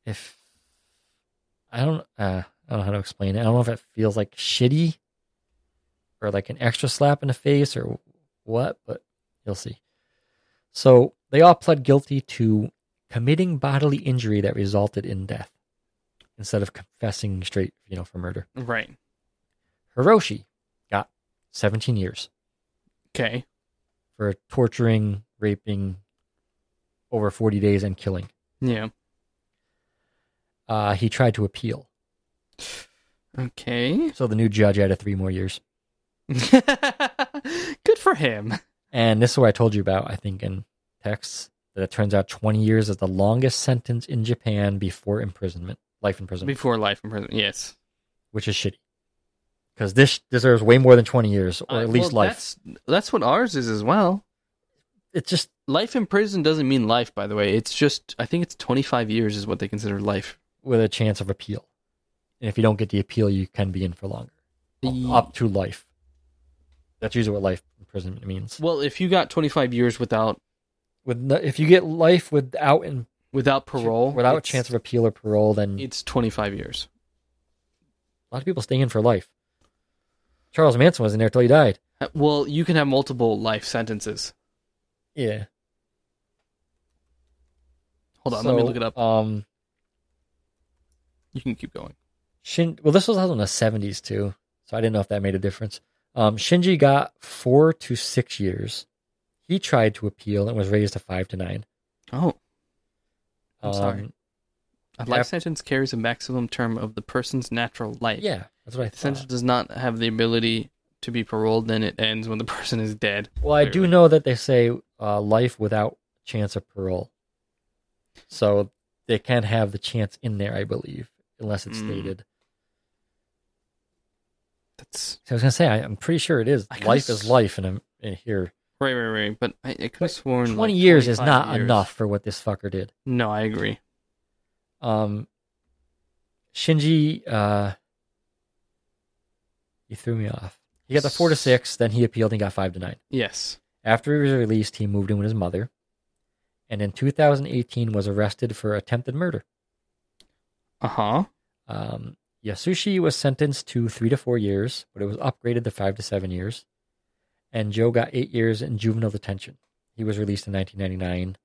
if I don't uh, I don't know how to explain it. I don't know if it feels like shitty or like an extra slap in the face or what, but you'll see. So they all pled guilty to committing bodily injury that resulted in death instead of confessing straight, you know, for murder. Right. Hiroshi got 17 years Okay. for torturing, raping over 40 days and killing. Yeah. uh, he tried to appeal. Okay. So the new judge added three more years. Good for him. And this is what I told you about, I think, in texts, that it turns out 20 years is the longest sentence in Japan before imprisonment, life imprisonment, Before life in prison. Yes. which is shitty. Because this deserves way more than 20 years, or at Uh, least well, life. That's that's what ours is as well. It's just, Life in prison doesn't mean life, by the way. It's just I think it's twenty five years is what they consider life. with a chance of appeal. And if you don't get the appeal, you can be in for longer, up to life. That's usually what life imprisonment means. Well, if you got twenty five years without With no, if you get life without in, without parole, without a it's- chance of appeal or parole, then it's twenty five years. A lot of people stay in for life. Charles Manson was in there till he died. Uh, Well, you can have multiple life sentences. Yeah. Hold on, let me look it up. Um, You can keep going. Shin. Well, this was also in the seventies too, so I didn't know if that made a difference. Um, Shinji got four to six years. He tried to appeal and was raised to five to nine. Oh, I'm um, sorry. a Yep. life sentence carries a maximum term of the person's natural life. Yeah, that's what I the sentence thought. does not have the ability to be paroled, then it ends when the person is dead. Well, I do know that they say uh, life without chance of parole, so they can have the chance in there, I believe, unless it's Mm. stated. That's So I was gonna say I, I'm pretty sure it is. I could've Life is s- life, and I'm in here. right, right, right. But I, I could have sworn 20 like, years is 25 not years. enough for what this fucker did. No, I agree. Um, Shinji, uh, he threw me off. He got the four to six, then he appealed and got five to nine. Yes. After he was released, he moved in with his mother, and in 2018 was arrested for attempted murder. Uh huh. Um, Yasushi was sentenced to three to four years, but it was upgraded to five to seven years. And Joe got eight years in juvenile detention. He was released in 1999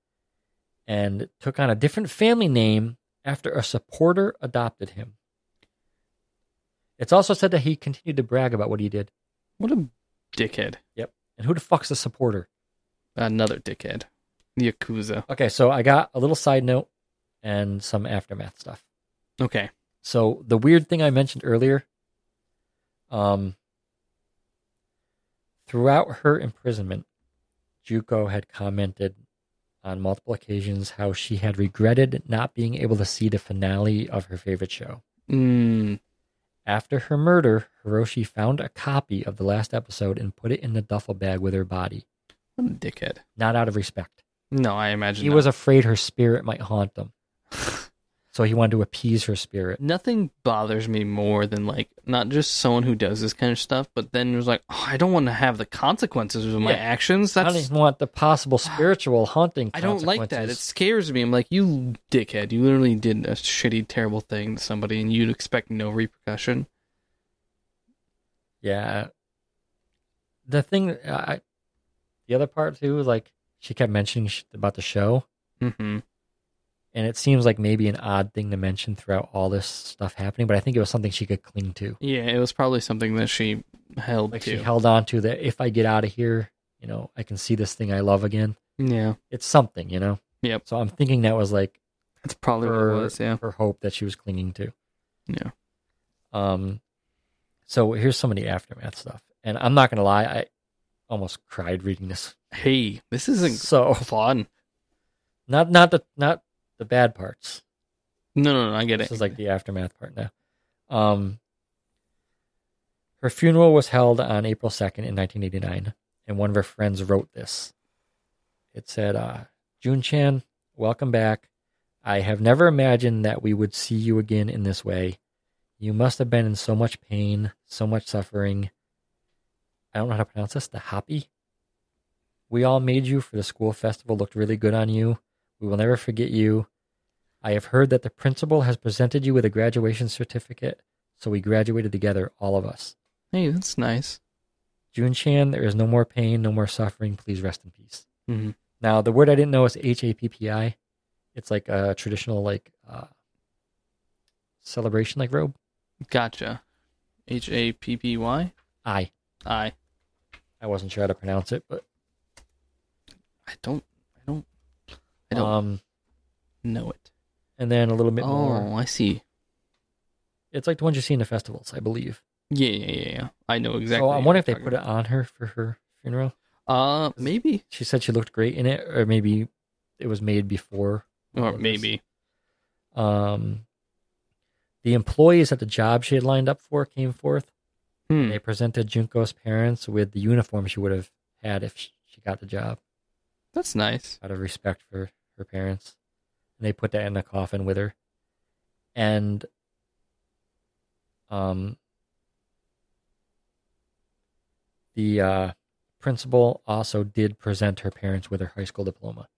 and took on a different family name after a supporter adopted him. It's also said that he continued to brag about what he did. What a dickhead. And who the fuck's a supporter? Another dickhead. The Yakuza. Okay, so I got a little side note and some aftermath stuff. Okay. So the weird thing I mentioned earlier, um, throughout her imprisonment, Juco had commented on multiple occasions how she had regretted not being able to see the finale of her favorite show. Mm. After her murder, Hiroshi found a copy of the last episode and put it in the duffel bag with her body, What a dickhead. not out of respect. No, I imagine He not. was afraid her spirit might haunt them. so he wanted to appease her spirit. nothing bothers me more than like not just someone who does this kind of stuff, but then it was like, oh, I don't want to have the consequences of my Yeah. actions. I don't That's even want the possible spiritual haunting. I don't like that. It consequences. scares me. I'm like, you dickhead! You literally did a shitty, terrible thing to somebody, and you'd expect no repercussion. Yeah. The thing, uh, I, the other part too, like she kept mentioning sh- about the show, Mm-hmm. and it seems like maybe an odd thing to mention throughout all this stuff happening, but I think it was something she could cling to. Yeah, it was probably something that she held Like to. she held on to that if I get out of here, you know, I can see this thing I love again. yeah, It's something, you know? Yep. So I'm thinking that was like that's probably what it her, was. Yeah, her hope that she was clinging to. Yeah. Um, so here's some of the aftermath stuff. And I'm not going to lie, I almost cried reading this. hey, this isn't So fun. not not the not the bad parts. No, no, no, I get This it. is like the aftermath part now. Um, her funeral was held on April second in 1989, and one of her friends wrote this. It said, uh, "June Chan, welcome back. I have never imagined that we would see you again in this way. You must have been in so much pain, so much suffering. I don't know how to pronounce this. The happy. We all made you for the school festival. Looked really good on you. We will never forget you." I have heard that the principal has presented you with a graduation certificate, so we graduated together, all of us. hey, that's nice. June Chan, there is no more pain, no more suffering. Please rest in peace. Mhm. Now, the word I didn't know is H A P P I. It's like a traditional like uh, celebration, like robe. Gotcha. H a p p y I i. I wasn't sure how to pronounce it, but I don't. I don't I don't- um, know it. and then a little bit Oh, more. I see. It's like the ones you see in the festivals, I believe. Yeah, yeah, yeah, yeah. I know exactly. So I'm wondering if they put it on her for her funeral. Uh, maybe, She said she looked great in it, or maybe it was made before or maybe. Um, the employees at the job she had lined up for came forth. Hmm. They presented Junko's parents with the uniform she would have had if she she got the job, That's nice. out of respect for her parents. And they put that in the coffin with her. And um, the uh, principal also did present her parents with her high school diploma,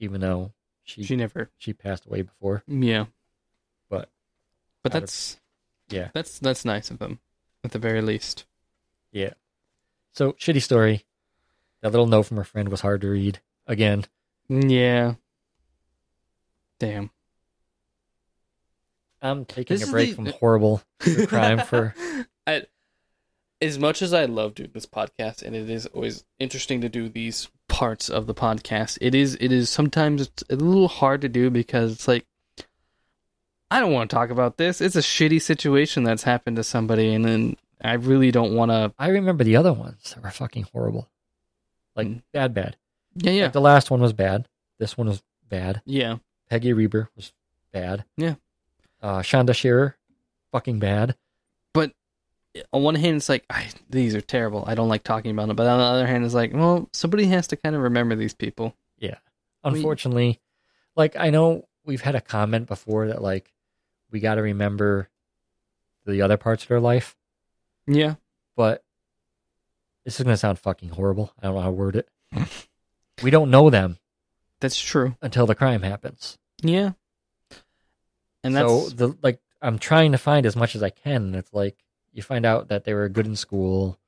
even though she She she, never. passed away before. Yeah, But but Out of- that's yeah. That's that's nice of them, at the very least. So shitty story. That little note from her friend was hard to read. Again, Yeah. Damn. I'm taking This a is break the- from horrible true crime for I, as much as I love doing this podcast, and it is always interesting to do these parts of the podcast, it is it is sometimes it's a little hard to do because it's like I don't want to talk about this. It's a shitty situation that's happened to somebody, and then I really don't want to. I remember the other ones that were fucking horrible. Like Mm. bad bad. Yeah, yeah, Like the last one was bad. This one was bad. yeah. Peggy Reber was bad. Yeah. Uh Shonda Shearer, fucking bad. On one hand, it's like I, these are terrible. I don't like talking about them, but on the other hand, it's like, well, somebody has to kind of remember these people. We- Unfortunately, like I know we've had a comment before that like we gotta remember the other parts of their life. Yeah, but this is going to sound fucking horrible. I don't know how to word it. we don't know them that's true. until the crime happens. Yeah, and that's so the like I'm trying to find as much as I can. And it's like you find out that they were good in school,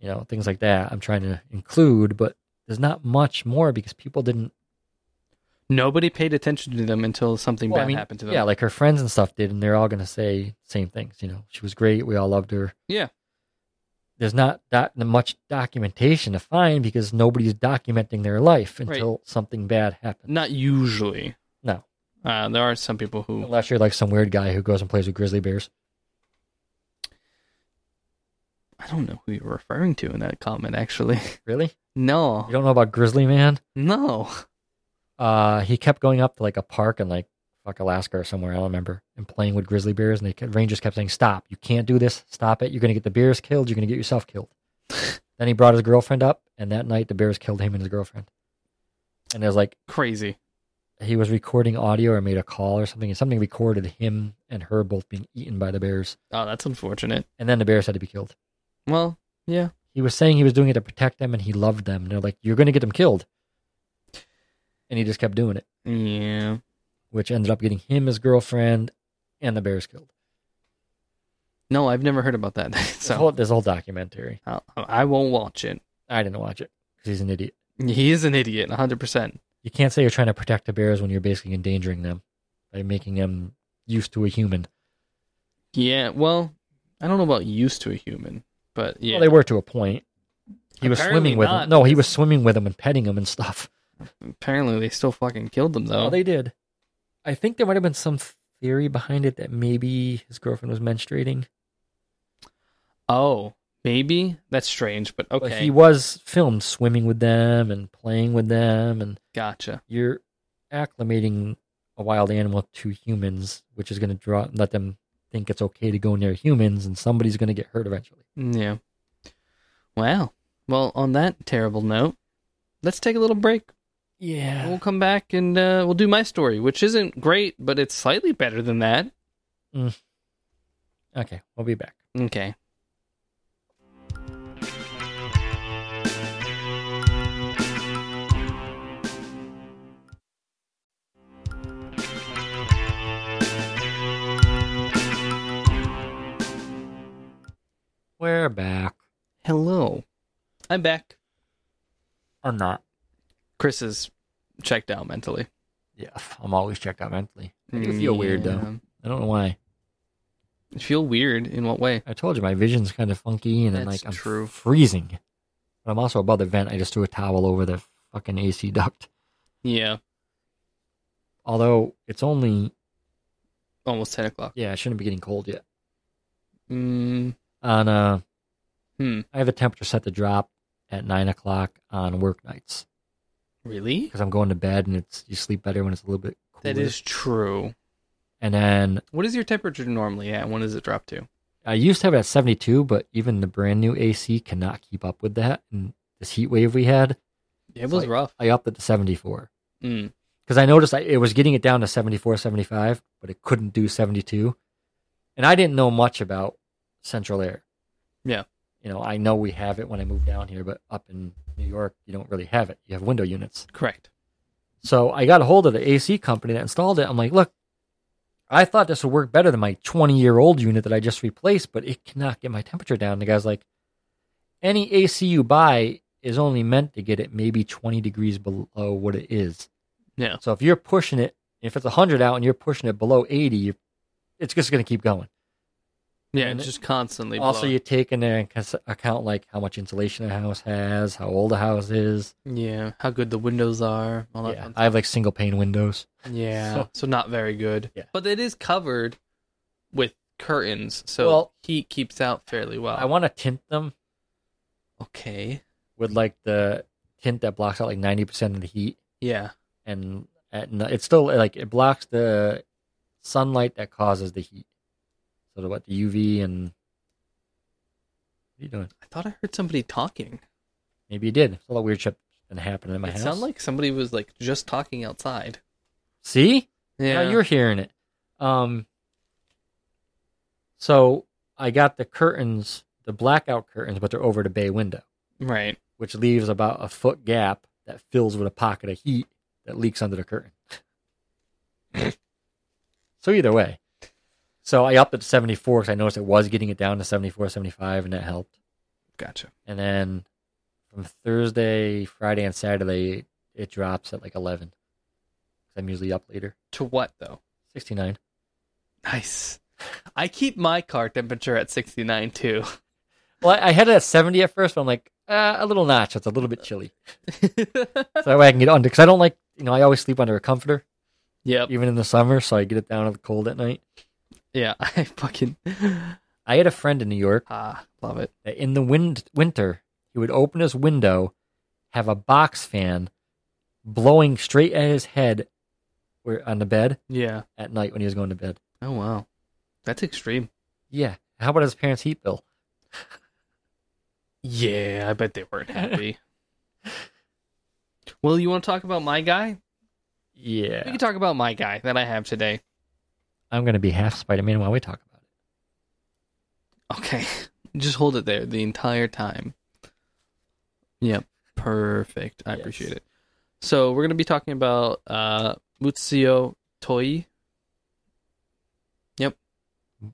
you know, things like that. I'm trying to include, but there's not much more because people didn't. Nobody paid attention to them until something Well, bad I mean, happened to them. Yeah, like her friends and stuff did, and they're all going to say same things. You know, she was great. We all loved her. Yeah. There's not that much documentation to find because nobody's documenting their life Right. until something bad happens. Not usually. No. Uh, there are some people who. Unless you're like some weird guy who goes and plays with grizzly bears. I don't know who you're referring to in that comment, actually. Really? You No. don't know about Grizzly Man? No. Uh, he kept going up to like a park in like fuck Alaska or somewhere. I don't remember. And playing with grizzly bears, and the ke- rangers kept saying, "Stop! You can't do this. Stop it! You're gonna get the bears killed. You're gonna get yourself killed." then he brought his girlfriend up, and that night the bears killed him and his girlfriend. And it was like Crazy. he was recording audio or made a call or something, and something recorded him and her both being eaten by the bears, Oh, that's unfortunate. and then the bears had to be killed. Well, he was saying he was doing it to protect them and he loved them. And they're like, you're going to get them killed. And he just kept doing it, yeah. which ended up getting him, his girlfriend, and the bears killed. No, I've never heard about that. This so whole, this whole documentary. I I won't watch it. I didn't watch it because he's an idiot. He is an idiot, 100%. You can't say you're trying to protect the bears when you're basically endangering them by making them used to a human. Yeah, well, I don't know about used to a human, but yeah. Well, they were to a point. He was Apparently swimming with not, them. No, he because- was swimming with them and petting them and stuff. Apparently, they still fucking killed them, though. Oh, they did. I think there might have been some theory behind it that maybe his girlfriend was menstruating. Oh, maybe? That's strange, but okay. But he was filmed swimming with them and playing with them, and Gotcha. you're acclimating a wild animal to humans, which is going to draw let them think it's okay to go near humans, and somebody's going to get hurt eventually. Yeah. Wow. Well, on that terrible note, let's take a little break. Yeah. We'll come back and uh, we'll do my story, which isn't great, but it's slightly better than that. Okay, we'll be back. Okay. We're back Hello. I'm back. or not? Chris is checked out mentally. Yeah, I'm always checked out mentally. I do feel weird though. Yeah. I don't know why. I feel weird in what way? I told you my vision's kind of funky, and then That's like I'm true. freezing. But I'm also above the vent. I just threw a towel over the fucking AC duct. Yeah. Although it's only Almost 10 o'clock. yeah, it shouldn't be getting cold yet. Mm, on uh Hmm. I have the temperature set to drop at nine o'clock on work nights really? because I'm going to bed and it's you sleep better when it's a little bit cooler. That is true. And then What is your temperature normally at? When does it drop to? I used to have it at 72, but even the brand new AC cannot keep up with that. And this heat wave we had, It was like- rough. I upped it to 74 Mm. because I noticed I, it was getting it down to 74, 75, but it couldn't do 72. And I didn't know much about central air. Yeah. You know, I know we have it when I moved down here, but up in New York, you don't really have it. You have window units. Correct. So I got a hold of the AC company that installed it. I'm like, look, I thought this would work better than my 20 year old unit that I just replaced, but it cannot get my temperature down. the guy's like, any AC you buy is only meant to get it maybe 20 degrees below what it is. Yeah. So if you're pushing it, if it's 100 out and you're pushing it below 80, you it's just going to keep going. Yeah, And it's just constantly. Also, blowing. you take into cons- account like how much insulation a house has, how old a house is. Yeah, how good the windows are, all that Yeah. fun I have like single pane windows. stuff. Yeah, so, So- not very good. Yeah. But it is covered with curtains, so Well- heat keeps out fairly well. I want to tint them okay. with like the tint that blocks out like 90% of the heat Yeah. and at, n- it's still like it blocks the sunlight that causes the heat so the, what the uv and what are you doing I thought I heard somebody talking. maybe you did all that weird shit been happening in my it house sounded like somebody was like just talking outside. see Yeah. Now you're hearing it. Um, so I got the curtains, the blackout curtains, but they're over the bay window, right. which leaves about a foot gap that fills with a pocket of heat that leaks under the curtain. so either way. So I upped it to 74 because I noticed it was getting it down to 74, 75, and that helped. Gotcha. And then from Thursday, Friday, and Saturday, it drops at like 11. I'm usually up later. To what though? 69. Nice. I keep my car temperature at 69 too. Well, I I had it at 70 at first, but I'm like, uh, a little notch. It's a little bit chilly. So that way I can get under, because I don't like, you know, I always sleep under a comforter, yep. even in the summer, so I get it down to the cold at night. Yeah, I fucking I had a friend in New York Ah, love it. that in the wind, winter, he would open his window, have a box fan blowing straight at his head where, on the bed Yeah. at night when he was going to bed. Oh wow, that's extreme. Yeah. How about his parents' heat bill? Yeah, I bet they weren't happy. well, you want to talk about my guy? We Yeah. can talk about my guy that I have today. I'm going to be half Spider Man while we talk about it. Okay, just hold it there the entire time. Yep, perfect. I Yes. appreciate it. So we're gonna be talking about uh, Mutsuo Toi. Yep. Mm-hmm.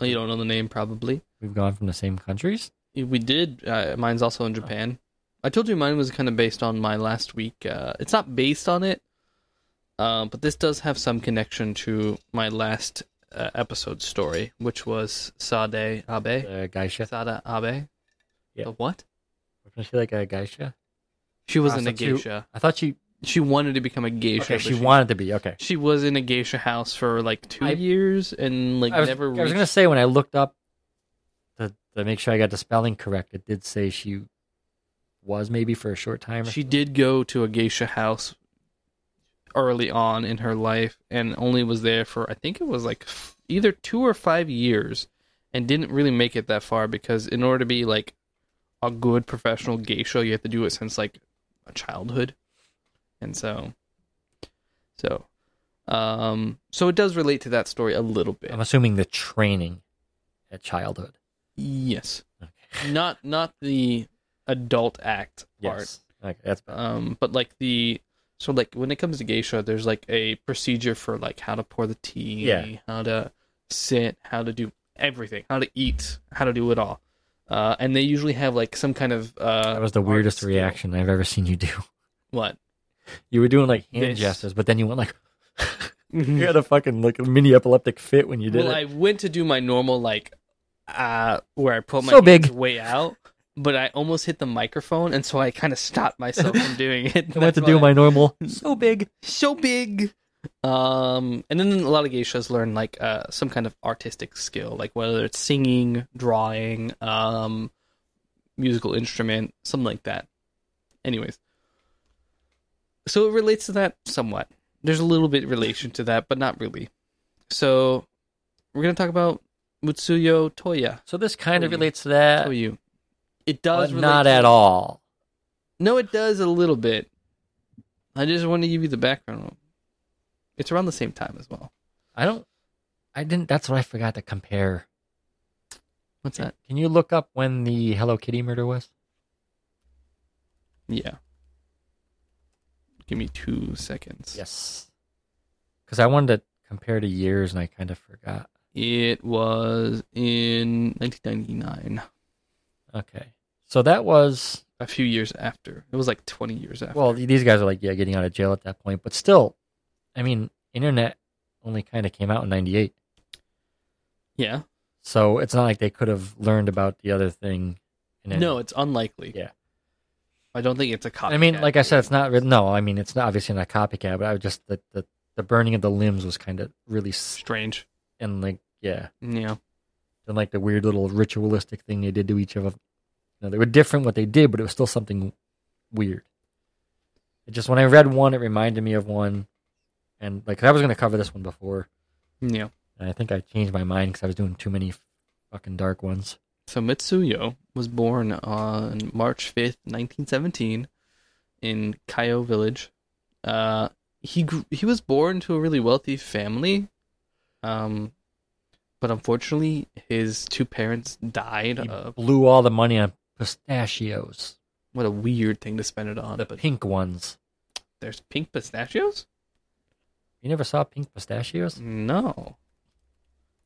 Oh, you don't know the name probably. We've gone from the same countries. We did. Uh, mine's also Oh. in Japan. I told you mine was kind of based on my last week. Uh, it's not based on it, uh, but this does have some connection to my last uh, episode story, which was Sade Abe. Uh, geisha. Sada Abe. Yeah. The what? Wasn't she like a geisha? She wasn't a Prostitute. geisha. I thought she. She wanted to become a geisha. Ah, Okay, but she wanted to be. Okay. She was in a geisha house for like two I- years and like I was, never. I was reached- gonna say when I looked up to, to make sure I got the spelling correct, it did say she was maybe for a short time. or- She did go to a geisha house early on in her life and only was there for I think it was like f- either 2 or 5 years and didn't really make it that far because in order to be like a good professional geisha you have to do it since like a childhood. And so so um so it does relate to that story a little bit. I'm assuming the training at childhood. Yes. Not not the adult act part. Yes. Okay, that's better. um but like the so like when it comes to geisha there's like a procedure for like how to pour the tea Yeah. how to sit how to do everything how to eat how to do it all uh and they usually have like some kind of uh that was the art weirdest skill. reaction I've ever seen you do. what You were doing like hand This. gestures, but then you went like you had a fucking like mini epileptic fit when you did well it. i went to do my normal like uh where i put my So big. hands way out but i almost hit the microphone and so i kind of stopped myself from doing it I, went to That's do why- my normal so big. so big. Um, and then a lot of geishas learn like uh, some kind of artistic skill, like whether it's singing, drawing, um, musical instrument, something like that. Anyways, so it relates to that somewhat. There's a little bit relation to that, but not really. So we're gonna talk about Mutsuyo Toya. So this kind of Toyu. relates to that, Toyu. but It does relate not to- at all. No, it does a little bit. I just want to give you the background. It's around the same time as well. I don't. I didn't. That's what I forgot to compare. What's that? Can you look up when the Hello Kitty murder was? Yeah. Give me two seconds. Yes. Because I wanted to compare to years and I kind of forgot. It was in 1999, Okay. So that was, a few years after. It was like 20 years after. well, these guys are like, yeah, getting out of jail at that point. But still, I mean, internet only kind of came out in 98. yeah. So it's not like they could have learned about the other thing. And then- No, it's unlikely. Yeah. I don't think it's a copy. I mean, like I said, it's not, really- no, I mean, it's not obviously not copycat, but I would just, the, the, the burning of the limbs was kind of really, s- strange. and like, yeah. Yeah. than like the weird little ritualistic thing they did to each of them. You know, they were different what they did, but it was still something weird. It just when I read one, it reminded me of one, and like I was going to cover this one before, Yeah. and I think I changed my mind because I was doing too many fucking dark ones. So Mitsuyo was born on March 5th, 1917 in Kaio village. Uh he grew, he was born to a really wealthy family. Um but unfortunately his two parents died He of blew all the money on pistachios, what a weird thing to spend it on. the But pink ones. there's pink pistachios? You never saw pink pistachios? No.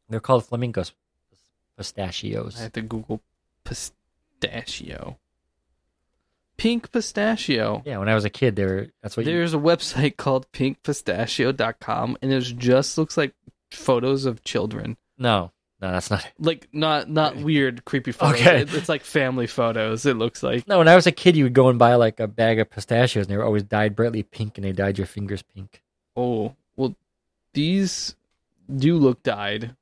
They're called flamingos I pistachios. have to Google pistachio. Pink pistachio. Yeah, when I was a kid, they were. That's what you. There's a website called pinkpistachio.com and it just looks like photos of children. No, no, that's not. Like not not weird creepy photos. Okay. It- it's like family photos it looks like. No, when I was a kid, you would go and buy like a bag of pistachios, and they were always dyed brightly pink, and they dyed your fingers pink. Oh, well these do look dyed.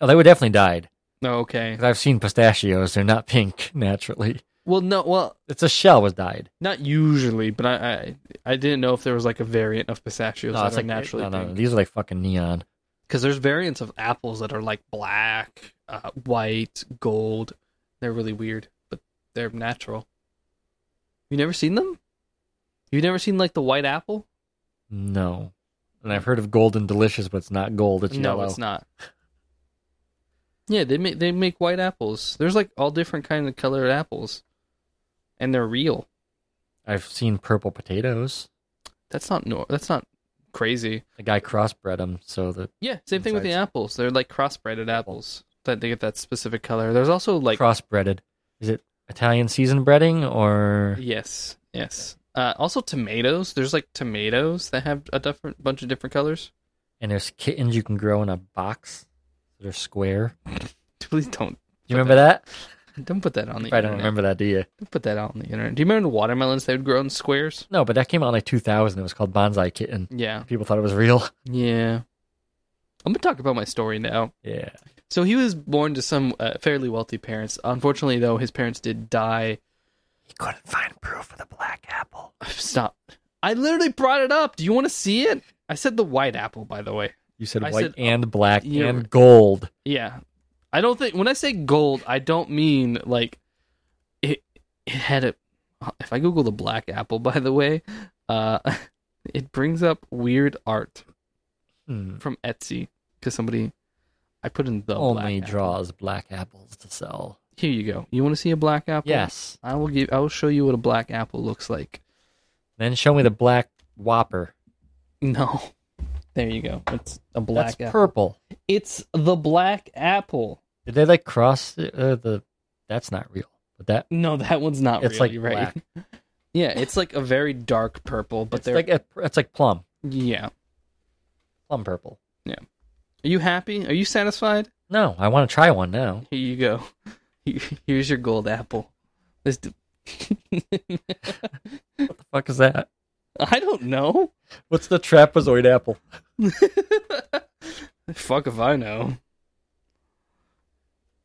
Oh, they were definitely dyed. Okay. 'Cause I've seen pistachios; they're not pink naturally. Well, no. Well, It's a shell was dyed. not usually, but I I, I didn't know if there was like a variant of pistachios No, that it's are like naturally No, no, pink. these are like fucking neon. because there's variants of apples that are like black, uh, white, gold. They're really weird, but they're natural. You never seen them? You never seen like the white apple? No, and I've heard of golden delicious, but it's not gold. It's no, yellow. it's not. Yeah, they make they make white apples. There's like all different kinds of colored apples, and they're real. I've seen purple potatoes. That's not nor that's not crazy. The guy crossbred them, so the Yeah, same thing with the apples. They're like crossbreded apples that they get that specific color. There's also like crossbreaded. Is it Italian season breading or Yes, yes. Uh, also, tomatoes. There's like tomatoes that have a different bunch of different colors. and there's kittens you can grow in a box. They're square. Please don't Do you remember that? don't put that on the. I internet. don't remember that, do you? Don't put that out on the internet. Do you remember the watermelons they would grow in squares? No, but that came out in like 2000. It was called Bonsai Kitten. Yeah, People thought it was real. yeah. I'm gonna talk about my story now. Yeah. So he was born to some uh, fairly wealthy parents. Unfortunately, though, his parents did die. He couldn't find proof of the black apple. Stop. I literally brought it up. Do you want to see it? I said the white apple, by the way. You said I white said, and black yeah. and gold. Yeah. I don't think when I say gold, I don't mean like it it had a if I google the black apple by the way, uh it brings up weird art Hmm. from Etsy cuz somebody I put in the Only black apple. draws black apples to sell. Here you go. You want to see a black apple? Yes. I will give I will show you what a black apple looks like. Then show me the black whopper. No. There you go. It's a black That's apple. purple. It's the black apple. Did they like cross uh, the? That's not real. But that No, that one's not It's really like right. Yeah, it's like a very dark purple, but it's they're like a, it's like plum, Yeah. plum purple. Are you happy? Are you satisfied? No, I want to try one now. Here you go. Here's your gold apple. This d- What the fuck is that? I don't know. What's the trapezoid apple? Fuck if I know.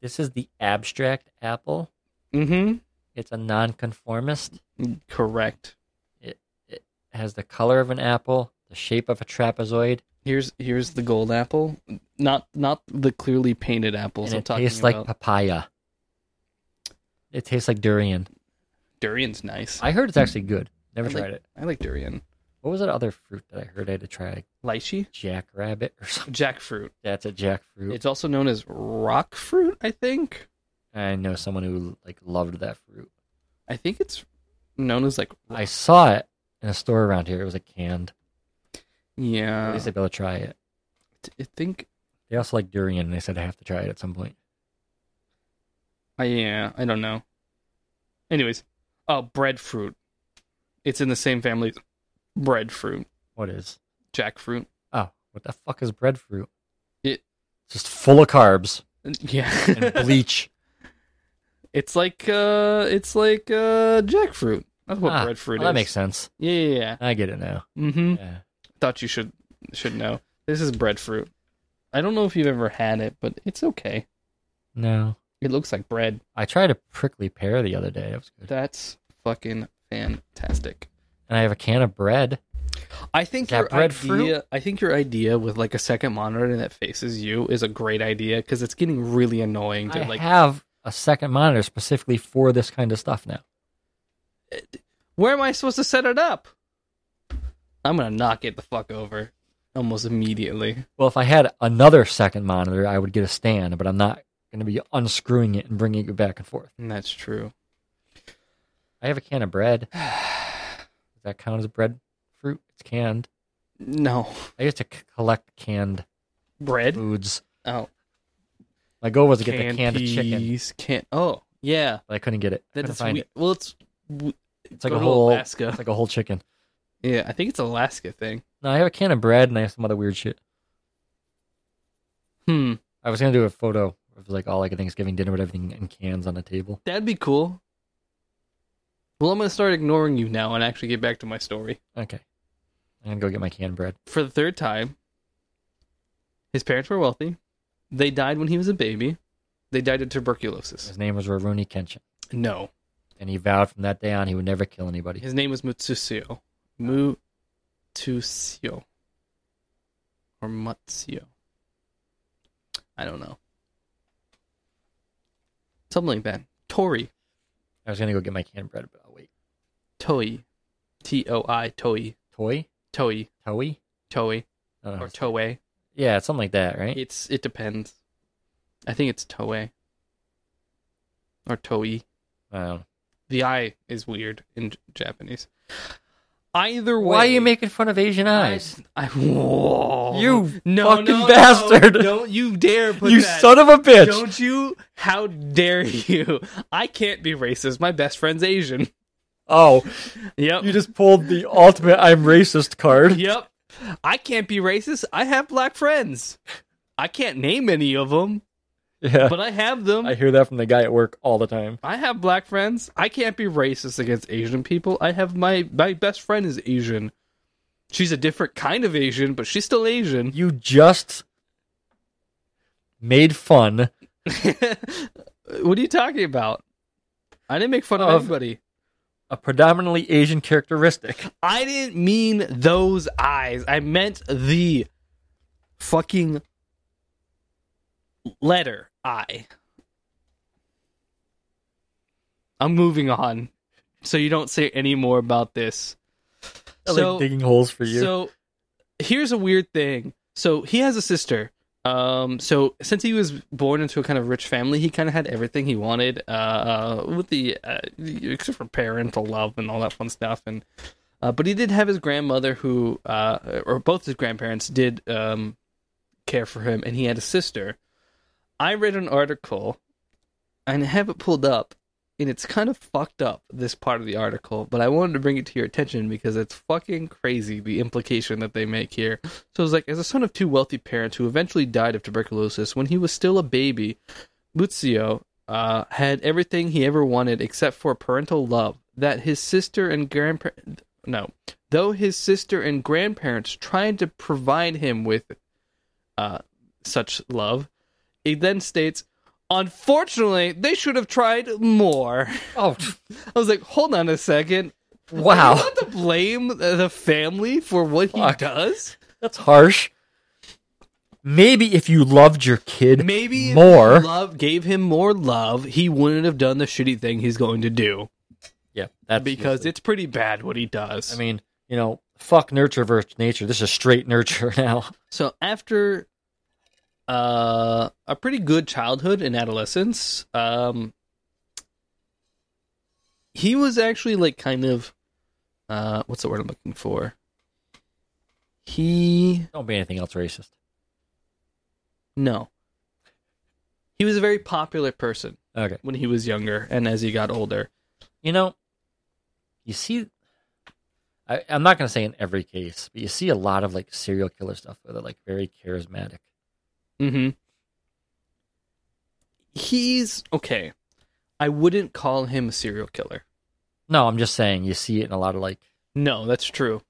This is the abstract apple. Mm-hmm. It's a nonconformist. Correct. It has the color of an apple, the shape of a trapezoid, Here's here's the gold apple. Not not the clearly painted apples and I'm it talking tastes about. like papaya. It tastes like durian. Durian's nice. I, I heard it's actually good. Never I like- tried it. like durian. What was that other fruit that I heard I had to try? Like Lychee? jackrabbit or something. Jackfruit. That's a jackfruit. It's also known as rock fruit, I think. I know someone who like loved that fruit. I think it's known as like I saw it in a store around here. It was a canned. At yeah. least I'd be able to try it. I think They also like durian, and they said I have to try it at some point. I yeah, I don't know. Anyways, oh, breadfruit. It's in the same family. as Breadfruit, What is? jackfruit. Oh, what the fuck is breadfruit? It- just full of carbs Yeah, and bleach. it's like uh, it's like uh, jackfruit. That's what Ah, breadfruit well, is. that makes sense. Yeah, yeah, yeah. I get it now. Mm-hmm. Yeah. Thought you should should know. This is breadfruit. I don't know if you've ever had it, but it's okay. No, It looks like bread. I tried a prickly pear the other day. That was good. That's fucking fantastic. And I have a can of bread. I think Is that your breadfruit? idea. I think your idea with like a second monitor that faces you is a great idea because it's getting really annoying to I like. have a second monitor specifically for this kind of stuff now. where am I supposed to set it up? I'm gonna knock it the fuck over almost immediately. Well, if I had another second monitor, I would get a stand, but I'm not going to be unscrewing it and bringing it back and forth. And that's true. I have a can of bread. Does that count as bread fruit? It's canned. No I used to c- collect canned bread. foods. Oh, My goal was to get canned the canned chicken, peas, Can't. Oh, yeah. but I couldn't get it. That couldn't is find we- it. well, it's w- It's like go a to whole Alaska. It's like a whole chicken. yeah. I think it's Alaska thing. No, I have a can of bread and I have some other weird shit. Hmm. I was gonna do a photo of like all like a Thanksgiving dinner with everything in cans on a table. That'd be cool. Well, I'm gonna start ignoring you now and actually get back to my story. Okay, I'm gonna go get my canned bread. for the third time. His parents were wealthy. They died when he was a baby. They died of tuberculosis. His name was Roruni Kenshin, No. and he vowed from that day on he would never kill anybody. His name was Mutsusio. Mutsusio. Or Mutsio. I don't know. Something like that. Tori. I was gonna go get my canned bread, but I'll wait. Toi. T O I. Toi. Toy, Toi. Toey, Toi. I don't know. Or Toei. yeah, something Oh, like that, right? It's it depends. I think it's Toei. Or Toei. I don't know. The I is weird in J- Japanese. Either way, Why are you making fun of Asian eyes? I, whoa. You no, fucking no, no. bastard. Don't you dare put You that. son of a bitch! Don't you? How dare you? I can't be racist. My best friend's Asian. Oh, Yep. you just pulled the ultimate I'm racist card. yep. I can't be racist. I have black friends. I can't name any of them, Yeah, but I have them. I hear that from the guy at work all the time. I have black friends. I can't be racist against Asian people. I have my my best friend is Asian. She's a different kind of Asian, but she's still Asian. You just made fun what are you talking about? I didn't make fun of, Of- anybody. a predominantly Asian characteristic. I didn't mean those eyes. I meant the fucking letter I. I'm moving on. So you don't say any more about this. I like digging holes for you. So here's a weird thing. So he has a sister. Um, so since he was born into a kind of rich family, he kind of had everything he wanted, uh, uh, with the uh, except for parental love and all that fun stuff. And uh, but he did have his grandmother, who uh, or both his grandparents did um, care for him, and he had a sister. I read an article, and I have it pulled up, and it's kind of fucked up this part of the article, but I wanted to bring it to your attention because it's fucking crazy the implication that they make here. So it's like as a son of two wealthy parents who eventually died of tuberculosis when he was still a baby, Muzio uh, had everything he ever wanted except for parental love that his sister and grandparents no, though his sister and grandparents tried to provide him with uh, such love. It then states, unfortunately, they should have tried more. oh, I was like, hold on a second. You wow. want to blame the the family for what Fuck. he does? That's harsh. Maybe if you loved your kid Maybe if more. love gave him more love. He wouldn't have done the shitty thing he's going to do yeah, that's because it's pretty bad what he does. I mean, you know, fuck nurture versus nature. This is straight nurture now. So after uh, a pretty good childhood and adolescence, um, he was actually like kind of uh, what's the word I'm looking for? He Don't be anything else racist. no. He was a very popular person Okay. when he was younger, and as he got older, You know, you see, I, I'm not going to say in every case, but you see a lot of like serial killer stuff where they're like very charismatic. Mm-hmm. He's okay. I wouldn't call him a serial killer. No, I'm just saying you see it in a lot of like No, that's true.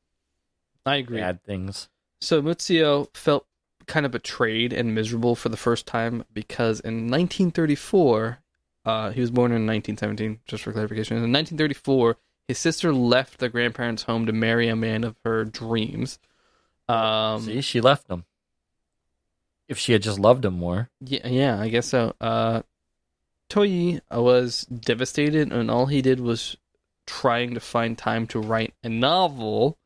I agree. bad things. So Muzio felt kind of betrayed and miserable for the first time because in 1934, uh, he was born in 1917, just for clarification. In 1934, his sister left the grandparents' home to marry a man of her dreams. Um, see, she left him. If she had just loved him more, Yeah, yeah, I guess so. Uh, Toyi was devastated, and all he did was trying to find time to write a novel.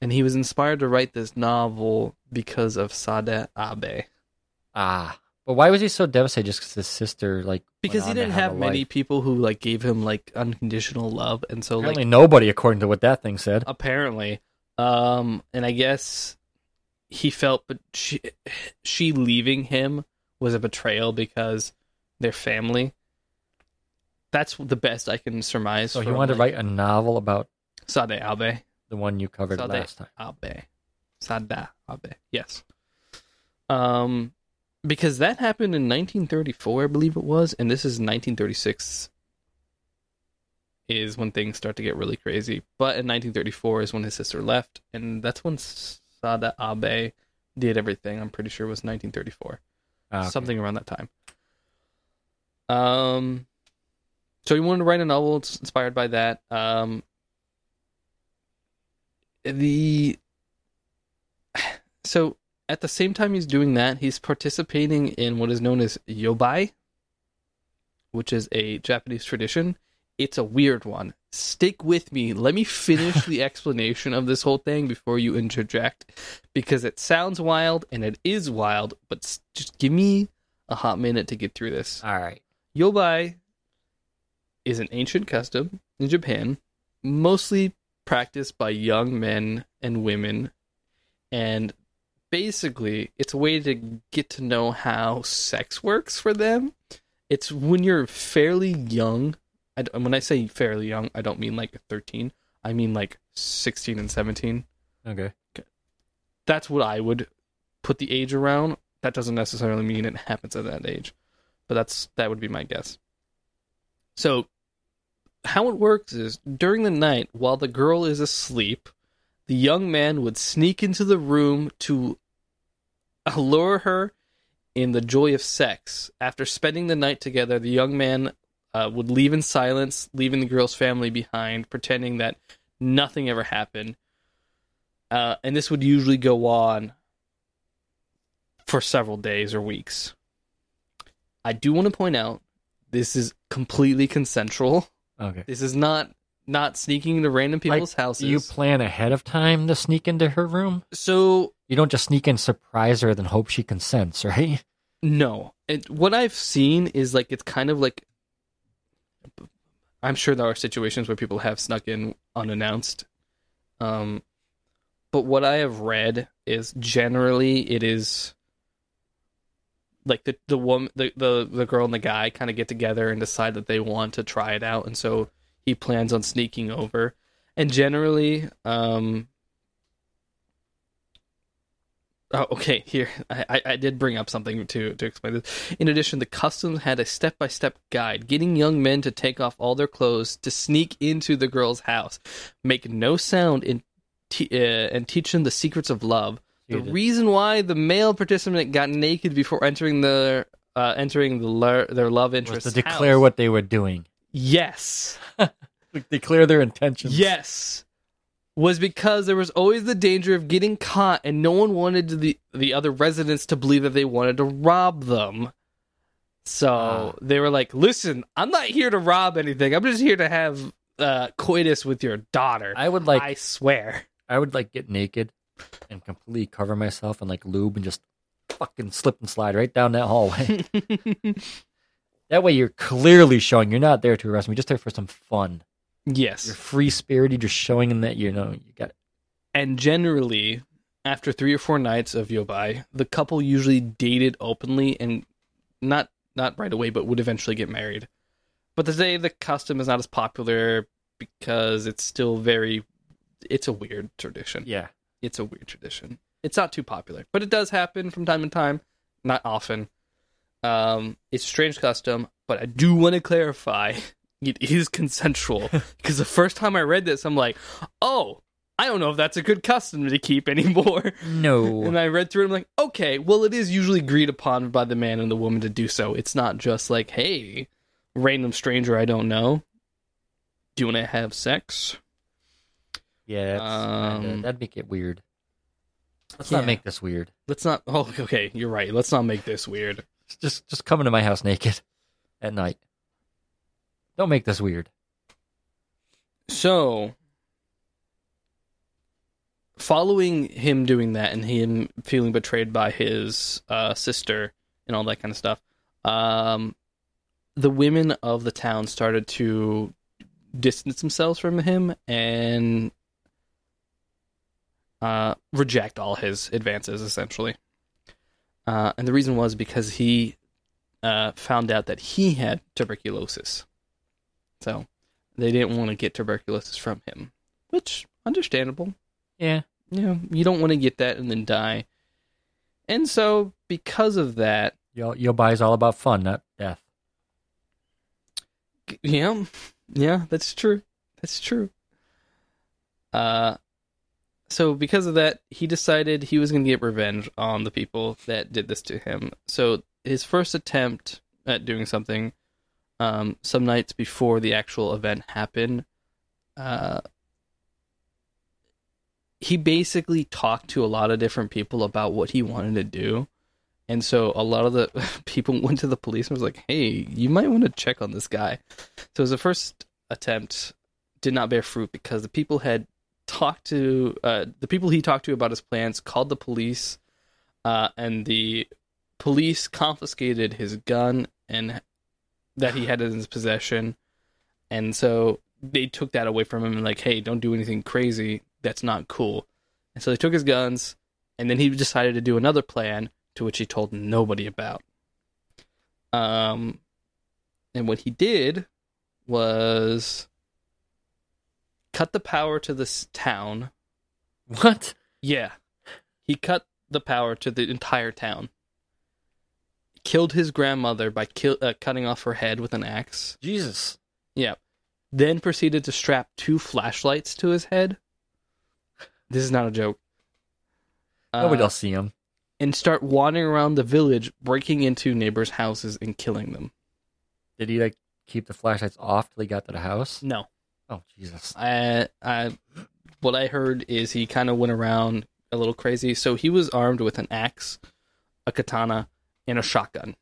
And he was inspired to write this novel because of Sada Abe. ah. But why was he so devastated? Just because his sister, like, Because went he on to didn't have a many life? people who like gave him like unconditional love, and so like Apparently, nobody, according to what that thing said. apparently um and i guess he felt but she she leaving him was a betrayal because they're family that's the best i can surmise So he from, wanted to like, write a novel about sade abe the one you covered Sade last time. abe sada abe yes um because that happened in 1934 i believe it was and this is 1936 is when things start to get really crazy. But in 1934 is when his sister left, and that's when Sada Abe did everything. I'm pretty sure it was 1934, Ah, okay. something around that time. Um, so he wanted to write a novel it's inspired by that. Um, the so at the same time he's doing that, he's participating in what is known as yobai, which is a Japanese tradition. It's a weird one. Stick with me. Let me finish the explanation of this whole thing before you interject, because it sounds wild and it is wild. But s- just give me a hot minute to get through this. All right. Yobai is an ancient custom in Japan, mostly practiced by young men and women. And basically, it's a way to get to know how sex works for them. It's when you're fairly young. I d when I say fairly young, I don't mean like 13, I mean like 16 and 17 Okay. that's what I would put the age around. That doesn't necessarily mean it happens at that age, but that's that would be my guess. So, how it works is during the night while the girl is asleep, the young man would sneak into the room to allure her in the joy of sex. After spending the night together, the young man uh, would leave in silence, leaving the girl's family behind, pretending that nothing ever happened uh, and this would usually go on for several days or weeks. I do want to point out this is completely consensual. Okay. This is not not sneaking into random people's houses. You plan ahead of time to sneak into her room. so You don't just sneak in, surprise her, then hope she consents, right? No, it, what I've seen is like it's kind of like. I'm sure there are situations where people have snuck in unannounced, um, but what I have read is generally it is like the the woman the the, the girl and the guy kind of get together and decide that they want to try it out, and so he plans on sneaking over, and generally, um, Oh, okay. Here, I, I- I did bring up something to to explain this. In addition, the customs had a step by step guide, getting young men to take off all their clothes to sneak into the girl's house, make no sound, and te- uh, and teach them the secrets of love. The Dude, reason why the male participant got naked before entering the uh, entering the lar- their love was interest to declare what they were doing, Yes. declare their intentions. Yes. Was because there was always the danger of getting caught, and no one wanted the, the other residents to believe that they wanted to rob them. So Ah. they were like, listen, I'm not here to rob anything. I'm just here to have uh, coitus with your daughter. I, I would like. swear. I would like get naked and completely cover myself and like lube and just fucking slip and slide right down that hallway. that way you're clearly showing you're not there to arrest me, just there for some fun. You're yes. free spirited, you're showing them that you know you got And generally, after three or four nights of yobai, the couple usually dated openly and not not right away, but would eventually get married. But today the custom is not as popular because it's still very it's a weird tradition. Yeah. It's a weird tradition. It's not too popular, but it does happen from time to time, not often. Um it's a strange custom, but I do want to clarify it is consensual because the first time I read this I'm like, "Oh, I don't know if that's a good custom to keep anymore." No. And I read through it. I'm like, okay, well, it is usually agreed upon by the man and the woman to do so. It's not just like, hey, random stranger I don't know. Do you want to have sex? Yeah, that's kinda- Um, that'd make it weird. Let's yeah. not make this weird. Let's not. Oh, okay, you're right. Let's not make this weird. Just just come into my house naked at night. Don't make this weird. So, following him doing that and him feeling betrayed by his uh, sister and all that kind of stuff, um, the women of the town started to distance themselves from him and uh, reject all his advances, essentially. Uh, and the reason was because he uh, found out that he had tuberculosis. So they didn't want to get tuberculosis from him, which understandable. Yeah. You know, you don't want to get that and then die. And so, because of that, Yo Yobai is all about fun, not death. yeah, yeah, that's true. That's true. Uh, so because of that, he decided he was going to get revenge on the people that did this to him. So his first attempt at doing something um, some nights before the actual event happened, uh, he basically talked to a lot of different people about what he wanted to do. And so a lot of the people went to the police and was like, hey, you might want to check on this guy. So it was the first attempt did not bear fruit because the people had talked to uh, the people he talked to about his plans called the police uh, and the police confiscated his gun and that he had in his possession and so they took that away from him and like hey don't do anything crazy that's not cool and so they took his guns and then he decided to do another plan to which he told nobody about um and what he did was cut the power to this town. What? Yeah. He cut the power to the entire town. Killed his grandmother by kill, uh, cutting off her head with an axe. Jesus. Yeah. Then proceeded to strap two flashlights to his head. This is not a joke. Nobody Uh, else see him. And start wandering around the village, breaking into neighbors' houses and killing them. Did he like keep the flashlights off till he got to the house? No. Oh Jesus. I, I, what I heard is he kind of went around a little crazy. So he was armed with an axe, a katana, and a shotgun.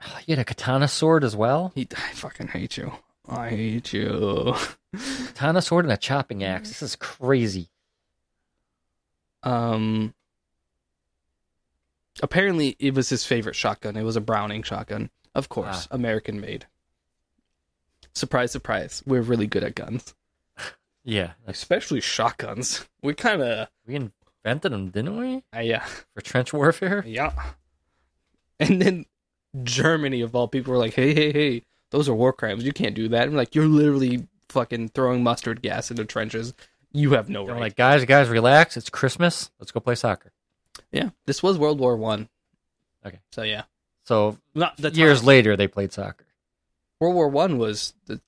Uh, He had a katana sword as well. He, I fucking hate you. I hate you. Katana sword and a chopping axe. This is crazy. Um. Apparently, it was his favorite shotgun. It was a Browning shotgun, of course, American made. Surprise, surprise! We're really good at guns, Yeah. especially shotguns. We kind of, We invented them, didn't we? yeah. For trench warfare? Yeah. And then Germany, of all people, were like, hey, hey, hey, those are war crimes. You can't do that. And like, you're literally fucking throwing mustard gas into trenches. You have no They're right. like, guys, guys, relax. It's Christmas. Let's go play soccer. yeah, this was World War One. Okay. So yeah, So not the years time. later, they played soccer. World War One was the,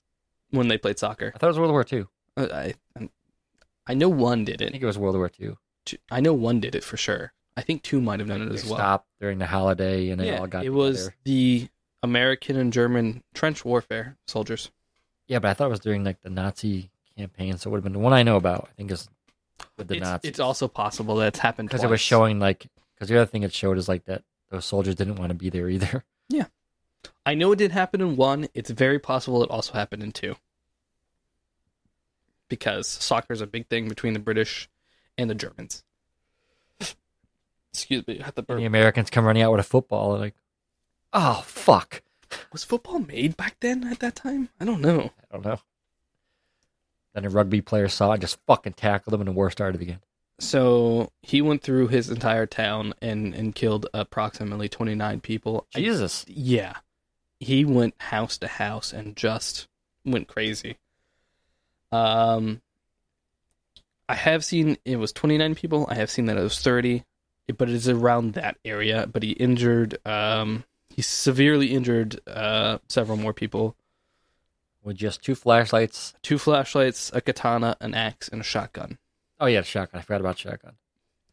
when they played soccer. I thought it was World War Two. Uh, I, I'm- I know one did I it. think it was World War Two. Two- I know one did it for sure. I think two might have done it They as well. stopped during the holiday and they all got it was together. the American and German trench warfare soldiers. Yeah, but I thought it was during like the Nazi campaign, so it would have been the one I know about. I think is with the it's, Nazis. it's also possible that's happened because it was twice. showing like because the other thing it showed is like that those soldiers didn't want to be there either. I know it did happen in one. It's very possible it also happened in two. Because soccer is a big thing between the British and the Germans. Excuse me, I had to burp. And the Americans come running out with a football and like, oh fuck, Was football made back then at that time? I don't know. I don't know. Then a rugby player saw it and just fucking tackled him, and the war started again. So he went through his entire town and, and killed approximately 29 people. I- Jesus, yeah. He went house to house and just went crazy. Um I have seen it was 29 people. I have seen that it was 30, but it is around that area, but he injured um he severely injured uh several more people. with just two flashlights. Two flashlights, a katana, an axe, and a shotgun. Oh yeah, shotgun. I forgot about shotgun.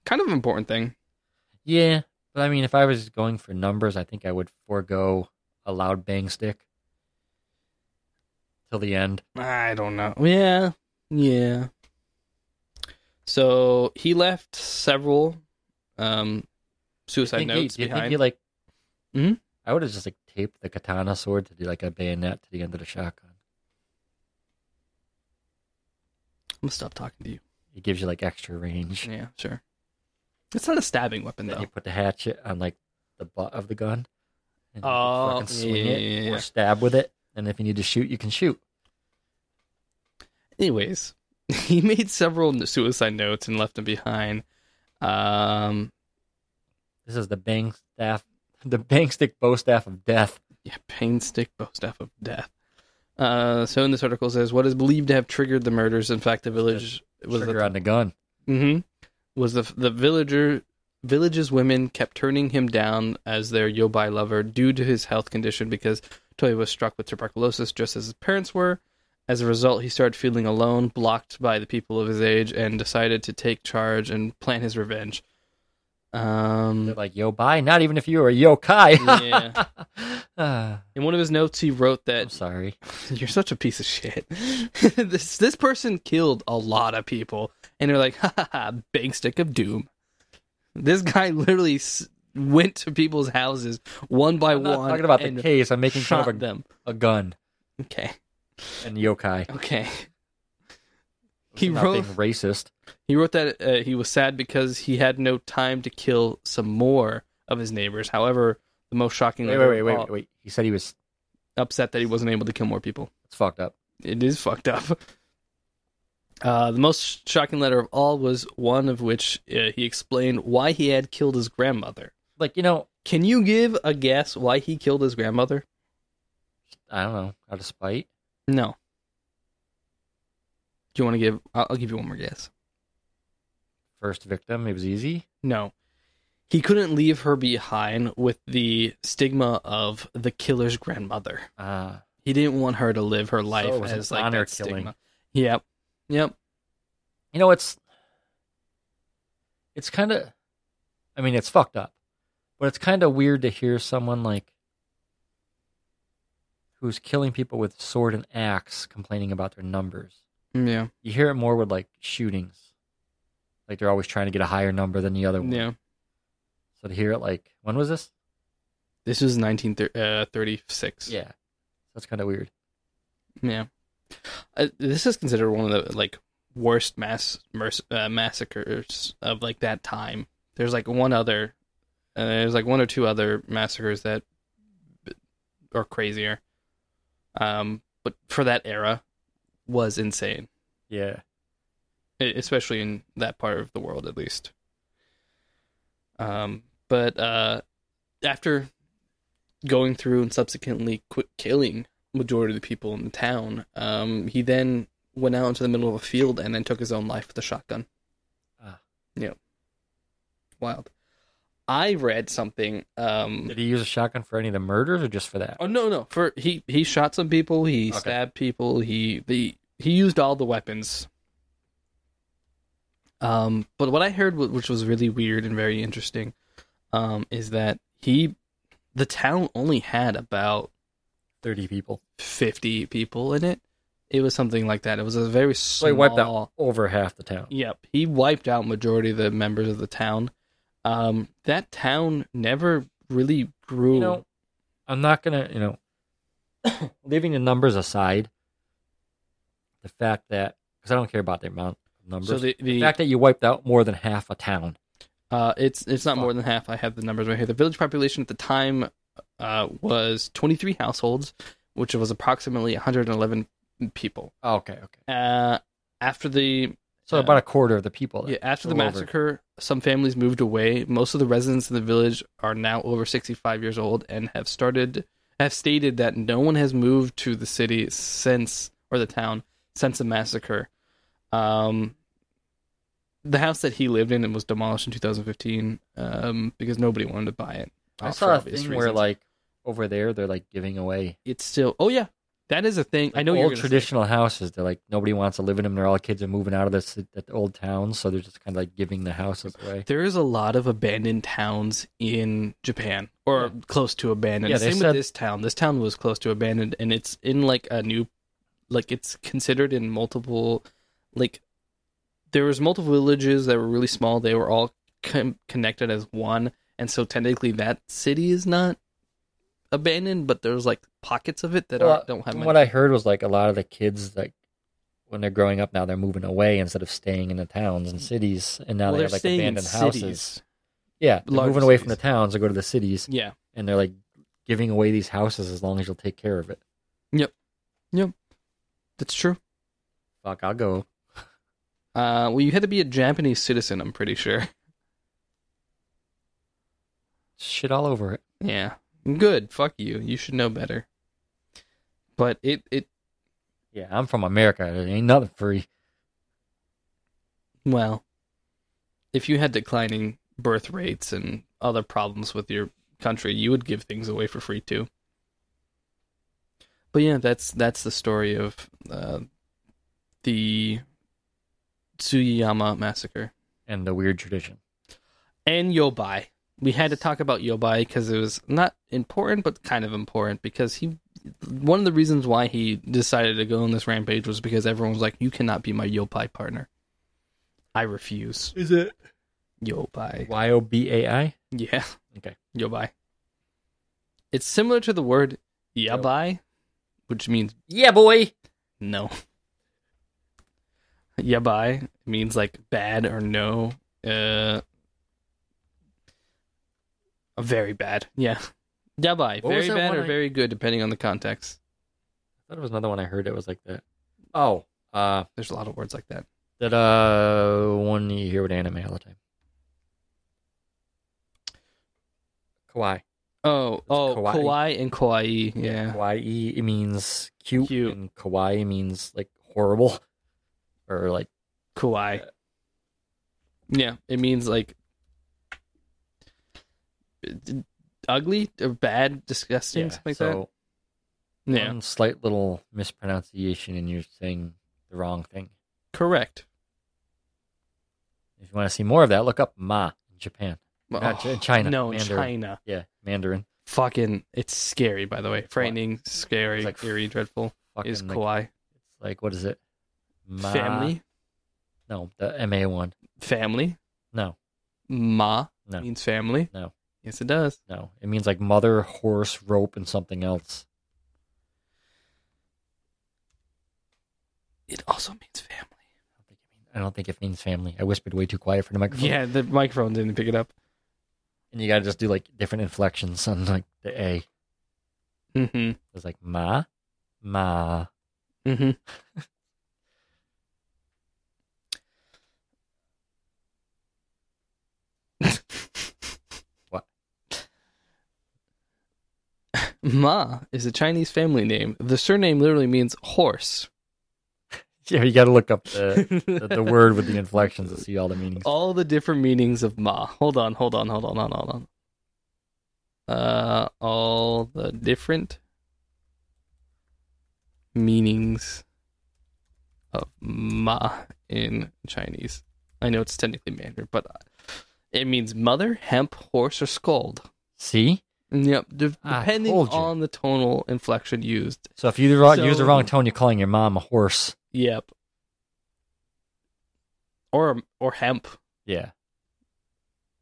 Kind of an important thing. Yeah, but I mean, if I was going for numbers, I think I would forego a loud bang stick till the end. I don't know. Yeah. Yeah. So he left several um suicide think notes he, you behind. Think he like? Mhm. I would have just like taped the katana sword to do like a bayonet to the end of the shotgun. I'm gonna stop talking to you. It gives you like extra range. Yeah, sure. It's not a stabbing weapon And then though. you put the hatchet on like the butt of the gun. And you can Oh, fucking swing yeah, it yeah, yeah. or stab with it. And if you need to shoot, you can shoot. Anyways, he made several n- suicide notes and left them behind. Um, This is the bang staff, the bang stick bow staff of death. yeah, pain stick bow staff of death. Uh, so in this article says what is believed to have triggered the murders. In fact, the village was trigger the on the gun. hmm Was the the villager village's women kept turning him down as their yobai lover due to his health condition because Toya was struck with tuberculosis just as his parents were. As a result, he started feeling alone, blocked by the people of his age, and decided to take charge and plan his revenge. Um, They're like yo bye, not even if you were yo kai. Yeah. Ah, in one of his notes, he wrote I'm that sorry. you're such a piece of shit. this this person killed a lot of people, and they're like, ha ha ha, bank stick of doom. This guy literally s- went to people's houses one by I'm not one. talking about the and case. I'm making fun shot of a, them. a gun Okay, and yokai. okay. He I'm not wrote- being racist. He wrote that uh, he was sad because he had no time to kill some more of his neighbors. However, the most shocking uh, Wait, wait, wait, wait, wait, wait. He said he was. upset that he wasn't able to kill more people. It's fucked up. It is fucked up. Uh, the most shocking letter of all was one of which uh, he explained why he had killed his grandmother. Like you know, Can you give a guess why he killed his grandmother? I don't know. Out of spite. No. Do you want to give? I'll, I'll give you one more guess. First victim. It was easy. No. He couldn't leave her behind with the stigma of the killer's grandmother. Uh, He didn't want her to live her life it was an as like honor that killing. stigma. Yep. Yep. you know, it's. It's kind of. I mean, it's fucked up, but it's kind of weird to hear someone like. Who's killing people with sword and axe complaining about their numbers? Yeah. You hear it more with like shootings, like they're always trying to get a higher number than the other one. Yeah. So to hear it like, when was this? This was uh, 1936. Yeah, that's kind of weird. Yeah. Uh, this is considered one of the like worst mass merc- uh, massacres of like that time. There's like one other uh, there's like one or two other massacres that b- are crazier. Um but for that era was insane, Yeah, e- especially in that part of the world at least. Um but uh after going through and subsequently quit killing majority of the people in the town, um, he then went out into the middle of a field and then took his own life with a shotgun. Ah. Yeah. Wild. I read something. Um, did he use a shotgun for any of the murders or just for that? oh no, no. For he he shot some people. He Okay. stabbed people. He the he used all the weapons. Um, but what I heard, wh- which was really weird and very interesting, um, is that he, the town only had about Thirty people. 50 people in it. It was something like that. It was a very So small. he wiped out over half the town. Yep, he wiped out majority of the members of the town. Um, that town never really grew. You know, I'm not gonna, you know, leaving the numbers aside, the fact that because I don't care about the amount of numbers, so the, the the fact that you wiped out more than half a town. uh, it's it's not more than half. I have the numbers right here. The village population at the time uh, was 23 households, which was approximately 111 people. Oh, okay, okay. Uh, after the So Yeah. about a quarter of the people. There. Yeah, after the All over. massacre, some families moved away. Most of the residents in the village are now over 65 years old and have started have stated that no one has moved to the city since or the town since the massacre. Um the house that he lived in and was demolished in 2015 um, because nobody wanted to buy it. I uh, saw for a thing obvious where reasons. like over there they're like giving away. it's still. Oh yeah, that is a thing. I like, know old you're gonna say- traditional houses. They're like nobody wants to live in them. They're all kids are moving out of the, ci- the old towns, so they're just kind of like giving the houses away. There is a lot of abandoned towns in Japan, or close to abandoned. Yeah, they Same with said- this town. This town was close to abandoned, and it's in like a new, like it's considered in multiple, like there was multiple villages that were really small. They were all con- connected as one, and so technically that city is not abandoned, but there's like pockets of it that Well, are, don't have. From Many. what I heard was like a lot of the kids like when they're growing up now they're moving away instead of staying in the towns and cities, and now Hmm. well, they they're have like staying in abandoned houses. cities. Yeah, they're Larger moving away from the cities. towns to go to the cities, Yeah, and they're like giving away these houses as long as you'll take care of it. that's true. Fuck, I'll go. Uh, well, you had to be a Japanese citizen. I'm pretty sure. Shit all over it. Yeah. Good. Fuck you. You should know better. But it it Yeah, I'm from America. It ain't nothing free. well, if you had declining birth rates and other problems with your country, you would give things away for free too. But yeah, that's that's the story of uh, the Tsuyama massacre And the weird tradition. and Yobai. We had to talk about Yobai because it was not important, but kind of important because he. One of the reasons why he decided to go on this rampage was because everyone was like, "You cannot be my Yobai partner. I refuse." Is it Yobai. Y O B A I? Yeah. Okay. Yobai. It's similar to the word yabai, which means Yeah, boy. no. Yabai means like bad or no. Uh very bad. Yeah. Yabai, What was very that bad one or I- very good depending on the context. I thought it was another one I heard that was like that. Oh, uh, There's a lot of words like that. that uh one you hear with anime all the time. Kawaii. Oh, oh, kawaii. kawaii. and kawaii. Yeah. Kawaii it means cute, Cute. and kawaii means like horrible or like Kawaii. Yeah, it means like ugly or bad, disgusting, something like so that. Yeah. one slight little mispronunciation and you're saying the wrong thing. Correct. If you want to see more of that, look up ma in Japan. Not Chi- Uh, China, No, Mandarin. China. Yeah, Mandarin. Fucking, it's scary. By the way, frightening, scary, It's like eerie, dreadful. Fucking Is like, kawaii it's like what is it? Ma, family? No, the MA one. Family. No, Ma No. means family. No. Yes, it does. no. It means like mother, horse, rope, and something else. It also means family. I don't think it means, I don't think it means family. I whispered way too quiet for the microphone. Yeah, the microphone didn't pick it up. And you got to just do like different inflections on like the A. Mm-hmm. It's like ma, ma. Mm-hmm. What? Ma is a Chinese family name. The surname literally means horse. Yeah, you got to look up the, the, the word with the inflections to see all the meanings. all the different meanings of ma. Hold on, hold on, hold on, hold on, hold on. Uh, all the different meanings of ma in Chinese. I know it's technically Mandarin, but uh, it means mother, hemp, horse, or scold. See, Yep, de- Mm, I depending told you. on the tonal inflection used. so if you the wrong, So- use the wrong tone, you're calling your mom a horse. Yep. Or or hemp. Yeah,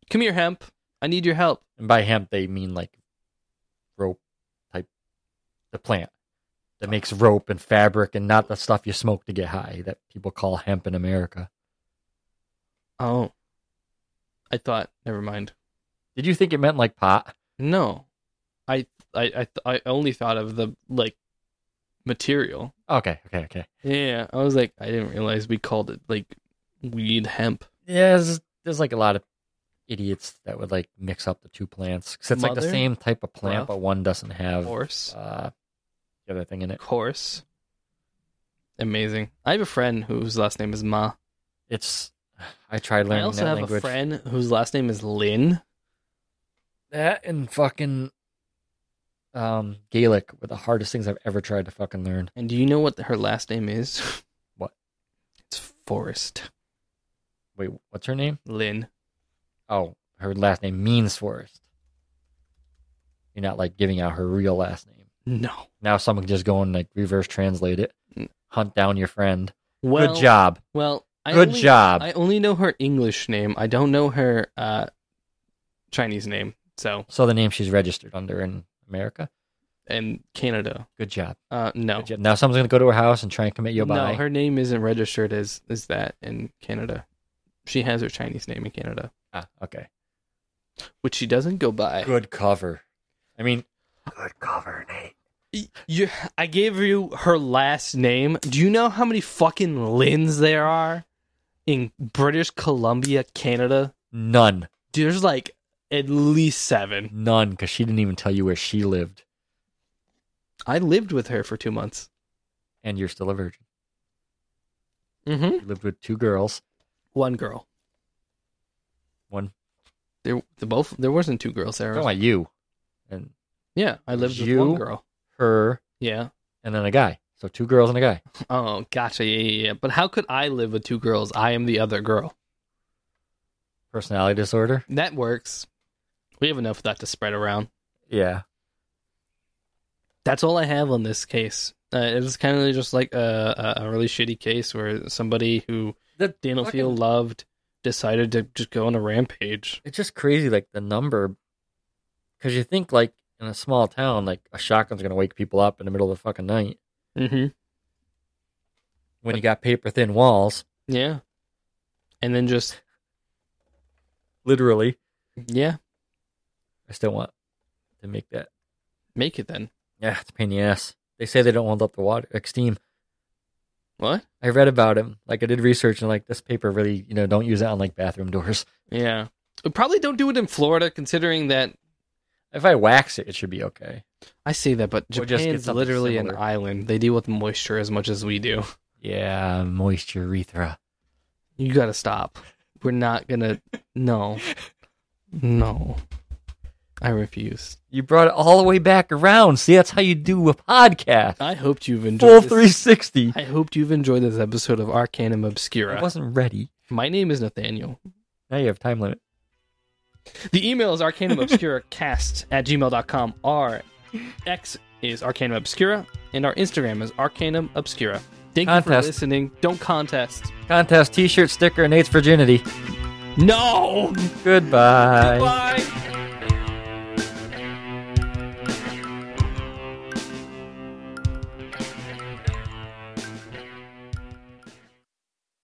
Come here, hemp. I need your help. and by hemp they mean like rope type, the plant that makes rope and fabric, and not the stuff you smoke to get high that people call hemp in America. Oh. I thought, never mind. Did you think it meant like pot? No. I I I, I only thought of the like material. Okay, okay, okay. Yeah, I was like I didn't realize we called it like weed hemp. Yeah, there's, there's like a lot of idiots that would like mix up the two plants 'Cause it's like the Mother, same type of plant, rough, but one doesn't have Horse. uh, the other thing in it. Horse. Amazing. I have a friend whose last name is Ma. It's I tried I learning also that have language. a friend whose last name is Lynn. That and fucking um Gaelic were the hardest things I've ever tried to fucking learn. And do you know what her last name is? What? It's Forrest. Wait, what's her name? Lynn. Oh, her last name means forest. You're not like giving out her real last name. No. Now someone can just go and like reverse translate it. Mm. Hunt down your friend. Well, Good job. Well, I Good only- job. I only know her English name. I don't know her uh, Chinese name. So so the name she's registered under in America. and Canada, Good job. uh, no, Good job. Now someone's gonna go to her house and try and commit you a no, by. her name isn't registered as as that in Canada. She has her Chinese name in Canada, ah, okay. which she doesn't go by. Good cover. I mean, good cover, Nate. Y- You, I gave you her last name. Do you know how many fucking Lins there are in British Columbia, Canada? None. There's like at least seven. None, because she didn't even tell you where she lived, I lived with her for two months. and you're still a virgin. Mm-hmm. You lived with two girls. One girl. One. There, the both there wasn't two girls there. Talking about you, and yeah, I lived You? with one girl. her, Yeah. and then a guy. So two girls and a guy. Oh, gotcha. Yeah, yeah, yeah. But how could I live with two girls? I am the other girl. Personality disorder? That works. We have enough of that to spread around. Yeah. That's all I have on this case. Uh, it was kind of just like a, a, a really shitty case where somebody who The Daniel fucking- Field loved decided to just go on a rampage. It's just crazy, like the number. Because you think, like, in a small town, like, a shotgun's going to wake people up in the middle of the fucking night Mm-hmm. when you got paper thin walls, Yeah. And then just, literally. yeah, I still want to make that. make it then. Yeah, it's a pain in the ass. They say they don't hold up the water, like steam. What? I read about him. Like I did research and like this paper really, you know, don't use it on like bathroom doors. Yeah. We probably don't do it in Florida considering that. If I wax it, it should be okay. I say that, but Or just get Japan's something literally an similar. island. They deal with moisture as much as we do. Yeah, moist urethra. You gotta stop. We're not gonna. No. No. I refuse. You brought it all the way back around. See, that's how you do a podcast. I hoped you've Full enjoyed. This. 360. I hoped you've enjoyed this episode of Arcanum I Obscura. wasn't ready. My name is Nathaniel. Now you have time limit. The email is arcanumobscuracast at gmail.com. Our X is Arcanum Obscura, and our Instagram is Arcanum Obscura. Thank you for Contest. listening. Don't contest. Contest, t-shirt, sticker, and Nate's virginity. No! Goodbye. Bye!